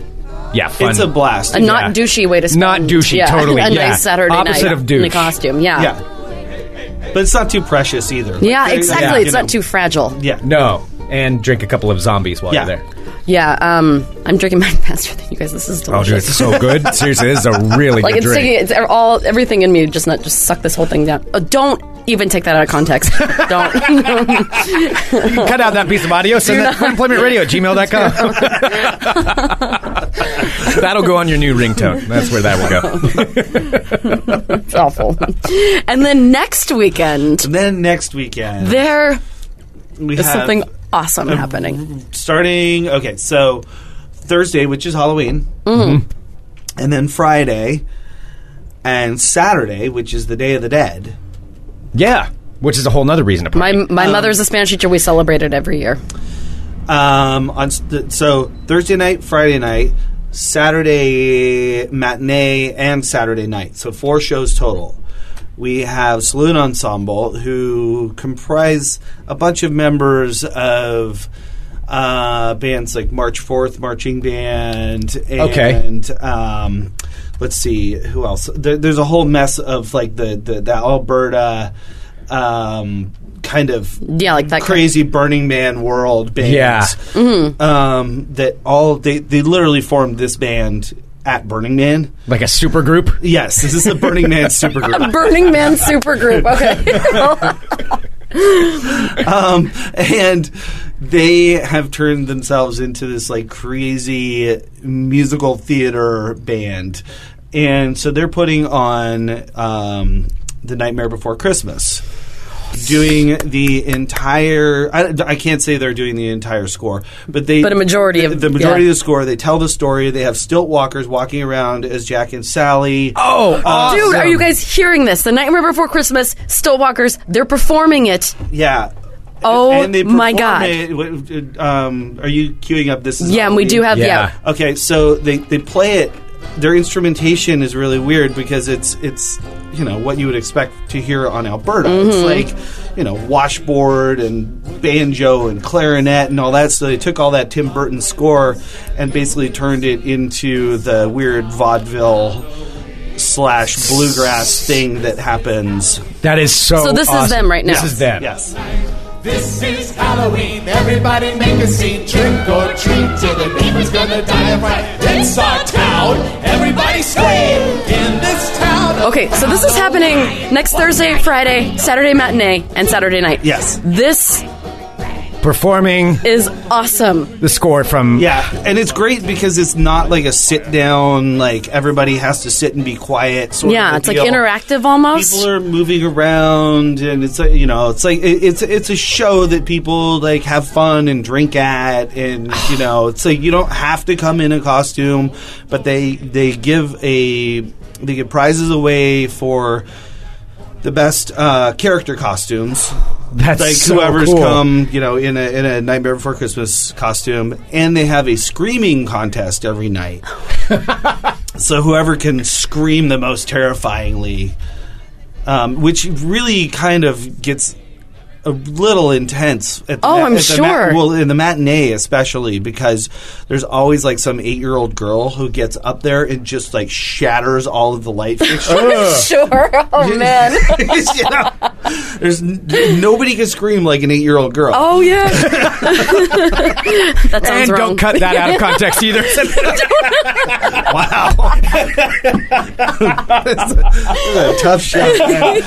yeah, fun. It's a blast. a not douchey way to spend Not douchey, yeah, totally, a yeah. nice Saturday Opposite night of douche. in a costume. Yeah, yeah. But it's not too precious either. Like, Yeah, they're- exactly. you it's know, not too fragile. Yeah. no, and drink a couple of zombies while Yeah. you're there. Yeah, um, I'm drinking mine faster than you guys. This is Oh, dude, delicious. it's so good. Seriously, this is a really like good it's drink. taking it's all everything in me to just not just suck this whole thing down. Oh, don't even take that out of context. don't. Cut out that piece of audio. Send that to employmentradio at gmail.com. That'll go on your new ringtone. That's where that will go. it's awful. And then next weekend And then next weekend, there we is have something awesome happening. starting. Okay, so Thursday, which is Halloween, and then Friday and Saturday, which is the Day of the Dead. Yeah, which is a whole nother reason to My party. my mother's a Spanish teacher. We celebrate it every year. Um, on s- th- so Thursday night, Friday night, Saturday matinee, and Saturday night. So four shows total. We have Saloon Ensemble, who comprise a bunch of members of uh, bands like March Fourth Marching Band, and Okay. um, let's see who else. There, there's a whole mess of like the the, the Alberta um, kind of Yeah, like that. crazy Burning Man world bands. Yeah. Um, that all they they literally formed this band at Burning Man. like a super group. Yes, this is the Burning Man supergroup. Burning Man supergroup. Okay. Um, and they have turned themselves into this like crazy musical theater band, and so they're putting on um, the Nightmare Before Christmas. Doing the entire, I, I can't say they're doing the entire score, but they, But a majority of- the, the majority yeah. of the score, they tell the story. They have stilt walkers walking around as Jack and Sally. Oh, Dude, are you guys hearing this? The Nightmare Before Christmas, Stillwalkers, they're performing it. Yeah. Oh, And they my perform God. it w- w- um, are you queuing up? This is Yeah, and we do have, yeah. Yeah. Okay, so they, they play it. Their instrumentation is really weird because it's it's you know what you would expect to hear on Alberta. Mm-hmm. It's like you know washboard and banjo and clarinet and all that. So they took all that Tim Burton score and basically turned it into the weird vaudeville slash bluegrass thing that happens. That is so. So this is awesome. them right now. This is them. Yes. This is Halloween. Everybody make a scene. Trick or treat till the demon's gonna die of fright. It's our town. Everybody scream in this town. Okay, so this is happening next Thursday, Friday, Saturday matinee, and Saturday night. Yes. This Performing is awesome. the score from. Yeah, and it's great because it's not like a sit down, like everybody has to sit and be quiet. Sort of Yeah, a it's like deal. interactive almost. People are moving around, and it's like you know, it's like it, it's it's a show that people like have fun and drink at, and you know, it's like you don't have to come in a costume, but they they give a they give prizes away for the best uh, character costumes That's like so whoever's cool. come, you know, in a in a Nightmare Before Christmas costume, and they have a screaming contest every night. so whoever can scream the most terrifyingly, um, which really kind of gets a little intense. At the Oh, I'm at the sure. well, in the matinee especially because there's always like some eight year old girl who gets up there and just like shatters all of the light uh, fixtures. Sure. Oh man. You know? There's n- nobody can scream like an eight year old girl. Oh yeah. that sounds And wrong. don't cut that out of context either. Wow. That's a tough shot. man.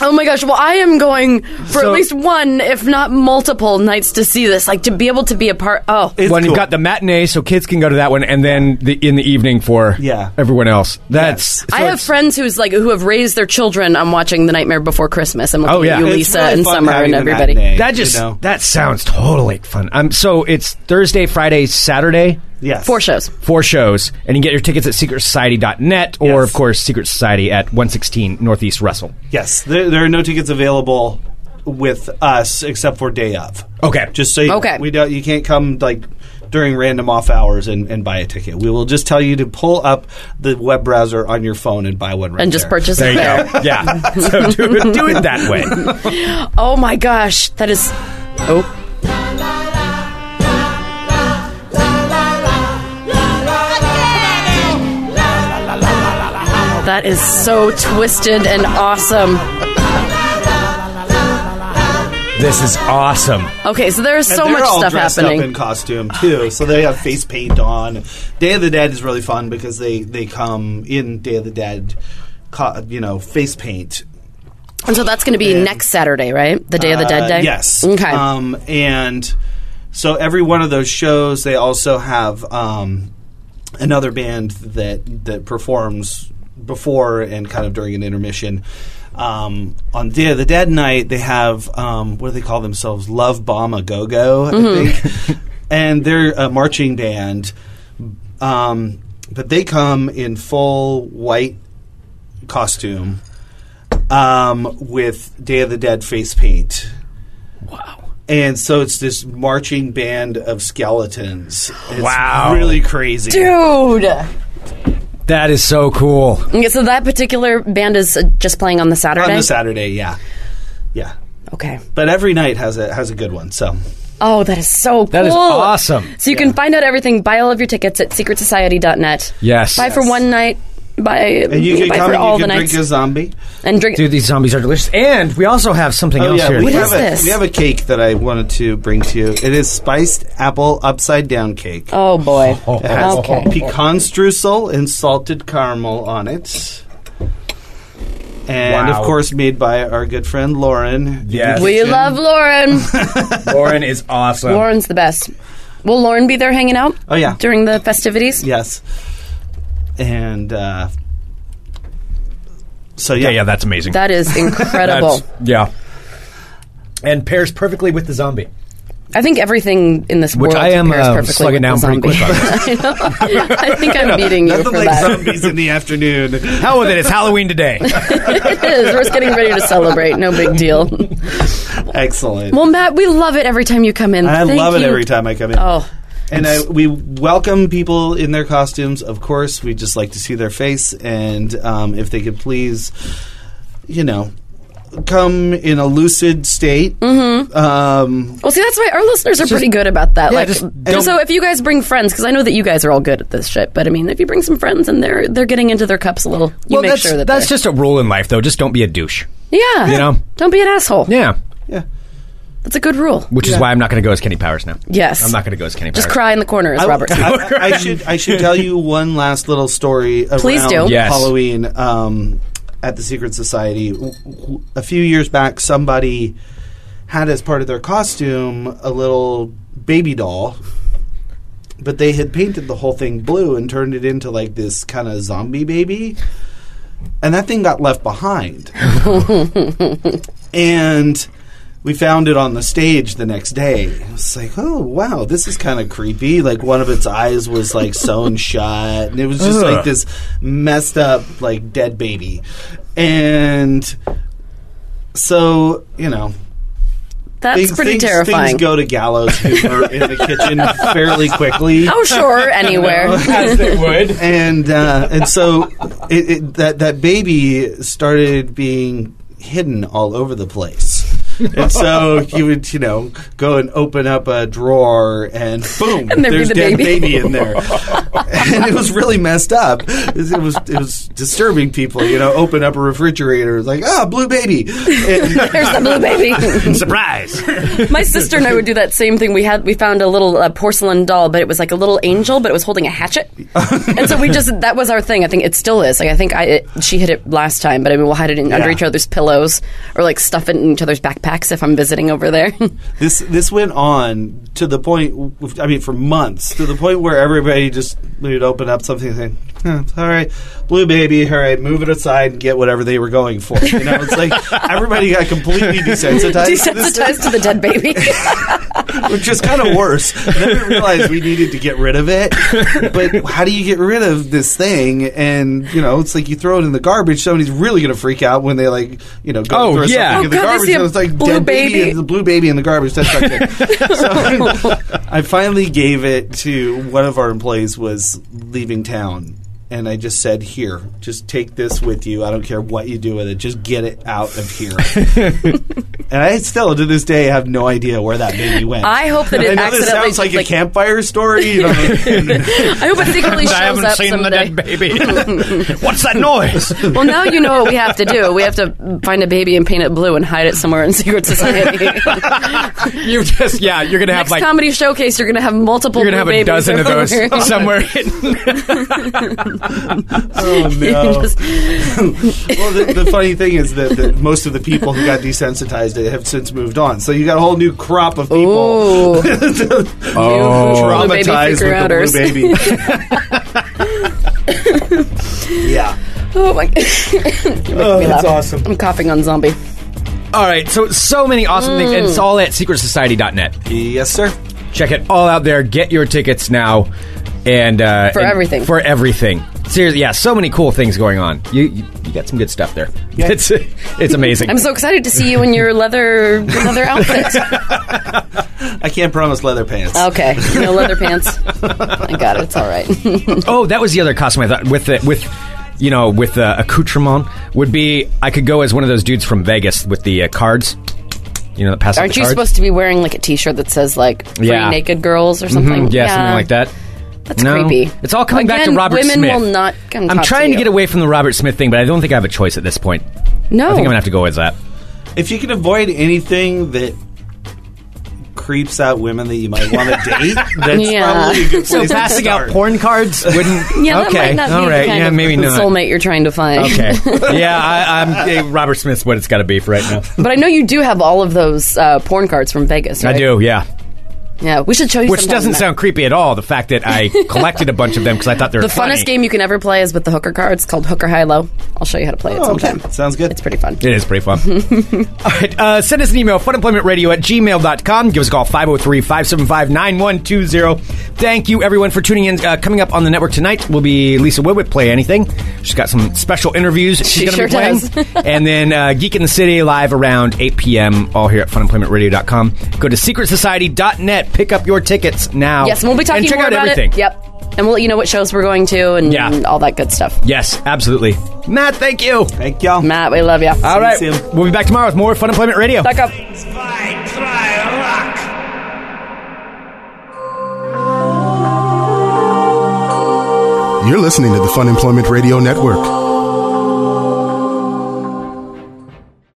Oh my gosh. Well, I am going for So- at least one, if not multiple nights to see this. Like to be able to be a part. Oh, It's when cool. you've got the matinee, so kids can go to that one, and then the, in the evening for Yeah. everyone else. That's I have friends who's like who have raised their children on watching The Nightmare Before Christmas. I'm looking Oh, yeah. at you, It's Lisa, really and fun Summer, having and the everybody. matinee, that just you know? that sounds totally like fun. Um, so it's Thursday, Friday, Saturday. yes. Four shows. Four shows, and you can get your tickets at secretsociety.net or, Yes. of course, Secret Society at 116 Northeast Russell. Yes, there, there are no tickets available with us except for day of. Okay. Just so you, Okay. we don't, you can't come like during random off hours and, and buy a ticket. We will just tell you to pull up the web browser on your phone and buy one right And just there. purchase There it you go. Yeah. So do it, do it that way. Oh my gosh, that is. Oh, that is so twisted and awesome. This is awesome. Okay, so there's And so they're much all stuff dressed happening. Up in costume too, so they have face paint on. Day of the Dead is really fun because they they come in Day of the Dead, co- you know, face paint and so that's going to be next Saturday, right? The Day of the Uh, Dead Day? Yes. Okay. Um, and so every one of those shows, they also have um, another band that that performs before and kind of during an intermission. Um, on Day of the Dead night, they have um, what do they call themselves? Love Bomb a Go Go, I Mm-hmm. think. and they're a marching band. Um, but they come in full white costume um, with Day of the Dead face paint. Wow. And so it's this marching band of skeletons. It's Wow. Really crazy. Dude! That is so cool. Okay, so that particular band is uh, just playing on the Saturday? On the Saturday, yeah. Yeah. Okay. But every night has a has a good one. So Oh, that is so cool. That is awesome. So you can find out everything, buy all of your tickets at secretsociety.net. Yes. Buy for one night, buy, and you can buy come for and all you the can nights. drink a zombie. and drink. Dude, these zombies are delicious. And we also have something Oh else yeah, here. we What have is a this? we have a cake that I wanted to bring to you. It is spiced apple upside down cake. oh, boy. It has Okay. pecan streusel and salted caramel on it. And Wow. of course, made by our good friend Lauren. Yes. We love Lauren. Lauren is awesome. Lauren's the best. Will Lauren be there hanging out Oh yeah, during the festivities? yes. And uh, so yeah, yeah, yeah, that's amazing. That is incredible. yeah. And pairs perfectly with the zombie. I think everything in this Which world I am, compares uh, perfectly slugging with down the pretty zombie. I, know. I think I'm beating you for nothing like that. zombies in the afternoon. Hell with it. It's Halloween today. it is. We're just getting ready to celebrate. No big deal. Excellent. Well, Matt, we love it every time you come in. I Thank love it you. every time I come in. Oh, And I, we welcome people in their costumes, of course. We just like to see their face. And um, if they could please, you know, come in a lucid state. Mm-hmm. Um, well, see, that's why our listeners are pretty good about that. like, just and don't- so if you guys bring friends, because I know that you guys are all good at this shit, but I mean, if you bring some friends and they're they're getting into their cups a little, you well, make that's, sure that that's they're- just a rule in life, though. Just don't be a douche. yeah, you know? don't be an asshole. Yeah. yeah. That's a good rule. Which is why I'm not going to go as Kenny Powers now. Yes. I'm not going to go as Kenny Just Powers. cry in the corner, as I- Robert. said. I, I should I should tell you one last little story around Please do. Yes. Halloween um, at the Secret Society. W- w- A few years back, somebody had as part of their costume a little baby doll, but they had painted the whole thing blue and turned it into like this kind of zombie baby, and that thing got left behind, and. We found it on the stage the next day. It was like, oh wow, this is kind of creepy. Like one of its eyes was like sewn shut, and it was just like Ugh. this messed up like dead baby. And so you know, That's pretty terrifying. Things go to gallows humor in the kitchen fairly quickly. oh, sure, anywhere. And uh, and so it, it, that that baby started being hidden all over the place. and so you would, you know, go and open up a drawer, and boom, there'd be there's the dead baby. baby in there, and it was really messed up. It was it was, it was disturbing people. You know, open up a refrigerator, it's like ah, blue baby. And- There's the blue baby. Surprise! My sister and I would do that same thing. We had we found a little uh, porcelain doll, but it was like a little angel, but it was holding a hatchet. and so we just that was our thing. I think it still is. Like I think I it, she hid it last time, but I mean we'll hide it in, under Yeah. each other's pillows or like stuff it in each other's backpacks if I'm visiting over there. this this went on to the point. I mean, for months to the point where everybody just would open up something and say, "Huh, "All right, blue baby, all right, move it aside and get whatever they were going for." You know, it's like everybody got completely desensitized, to this Desensitized to the dead baby. which is kind of worse. And then we realized we needed to get rid of it. But how do you get rid of this thing? And you know, it's like you throw it in the garbage. Somebody's really going to freak out when they like, you know, go Oh, throw yeah. something in the Oh, God, they garbage. see a and it's like blue dead baby. baby, and the blue baby in the garbage. That's not good. so I finally gave it to one of our employees was leaving town. And I just said, "Here, just take this with you. I don't care what you do with it. Just get it out of here." and I still, to this day, have no idea where that baby went. I hope that it I know this accidentally- sounds like, like- a campfire story. You know? I hope it secretly shows I haven't up seen someday. the dead baby. What's that noise? Well, now you know what we have to do. We have to find a baby and paint it blue and hide it somewhere in secret society. you just yeah, you're gonna have Next like comedy showcase, you're going to have multiple. you're gonna have blue a babies dozen of those everywhere. somewhere. hidden. oh no! well, the, the funny thing is that, that most of the people who got desensitized have since moved on. So you got a whole new crop of people Ooh. traumatized Blue with baby freaker outers. the blue baby. yeah. Oh my! Oh, that's awesome. I'm coughing on zombie. all right, so so many awesome things, and Mm. it's all at secretsociety.net. Yes, sir. Check it all out there. Get your tickets now, and uh, For and- everything. for everything. Seriously, yeah, so many cool things going on. You you, you got some good stuff there. It's it's amazing. I'm so excited to see you in your leather leather outfit. I can't promise leather pants. Okay, no leather pants. I got it. It's all right. Oh, that was the other costume I thought with the, with you know with uh, accoutrement would be I could go as one of those dudes from Vegas with the uh, cards. You know, that pass out Aren't the you cards. supposed to be wearing like a T-shirt that says like "Free Yeah. Naked Girls" or something? Mm, yeah, something like that. That's No. creepy. It's all coming back to Again, Robert women Smith. will not come I'm talk trying to, to get you. away from the Robert Smith thing, but I don't think I have a choice at this point. No, I think I'm gonna have to go as that. If you can avoid anything that creeps out women that you might want to date, that's Yeah. probably a good place to Passing out start. porn cards wouldn't. Yeah, that okay, might not all be right, the kind yeah, of maybe not. soulmate you're trying to find. Okay, yeah, I, I'm eh, Robert Smith's what it's got to be for right now. but I know you do have all of those uh, porn cards from Vegas. I right? do, yeah. Yeah, we should show you. Which sometime, doesn't Matt. sound creepy at all. The fact that I collected a bunch of them because I thought they were The funny. funnest game you can ever play is with the hooker cards called Hooker High Low. I'll show you how to play it Oh, sometime. okay. Sounds good. It's pretty fun. It is pretty fun. All right. Uh, send us an email, funemploymentradio at gmail.com. Give us a call, 503 575 9120. Thank you, everyone, for tuning in. Uh, coming up on the network tonight will be Lisa Wood with Play Anything. She's got some special interviews she's She going to sure be playing. does. and then uh, Geek in the City live around 8 p.m., all here at funemploymentradio.com. Go to secretsociety.net. Pick up your tickets now. Yes, and we'll be talking and check more out about everything. it. Yep. And we'll let you know what shows we're going to and Yeah. all that good stuff. Yes, absolutely. Matt, thank you. Thank y'all. Matt, we love you. All right. Sam. We'll be back tomorrow with more Fun Employment Radio. Back up. You're listening to the Fun Employment Radio Network.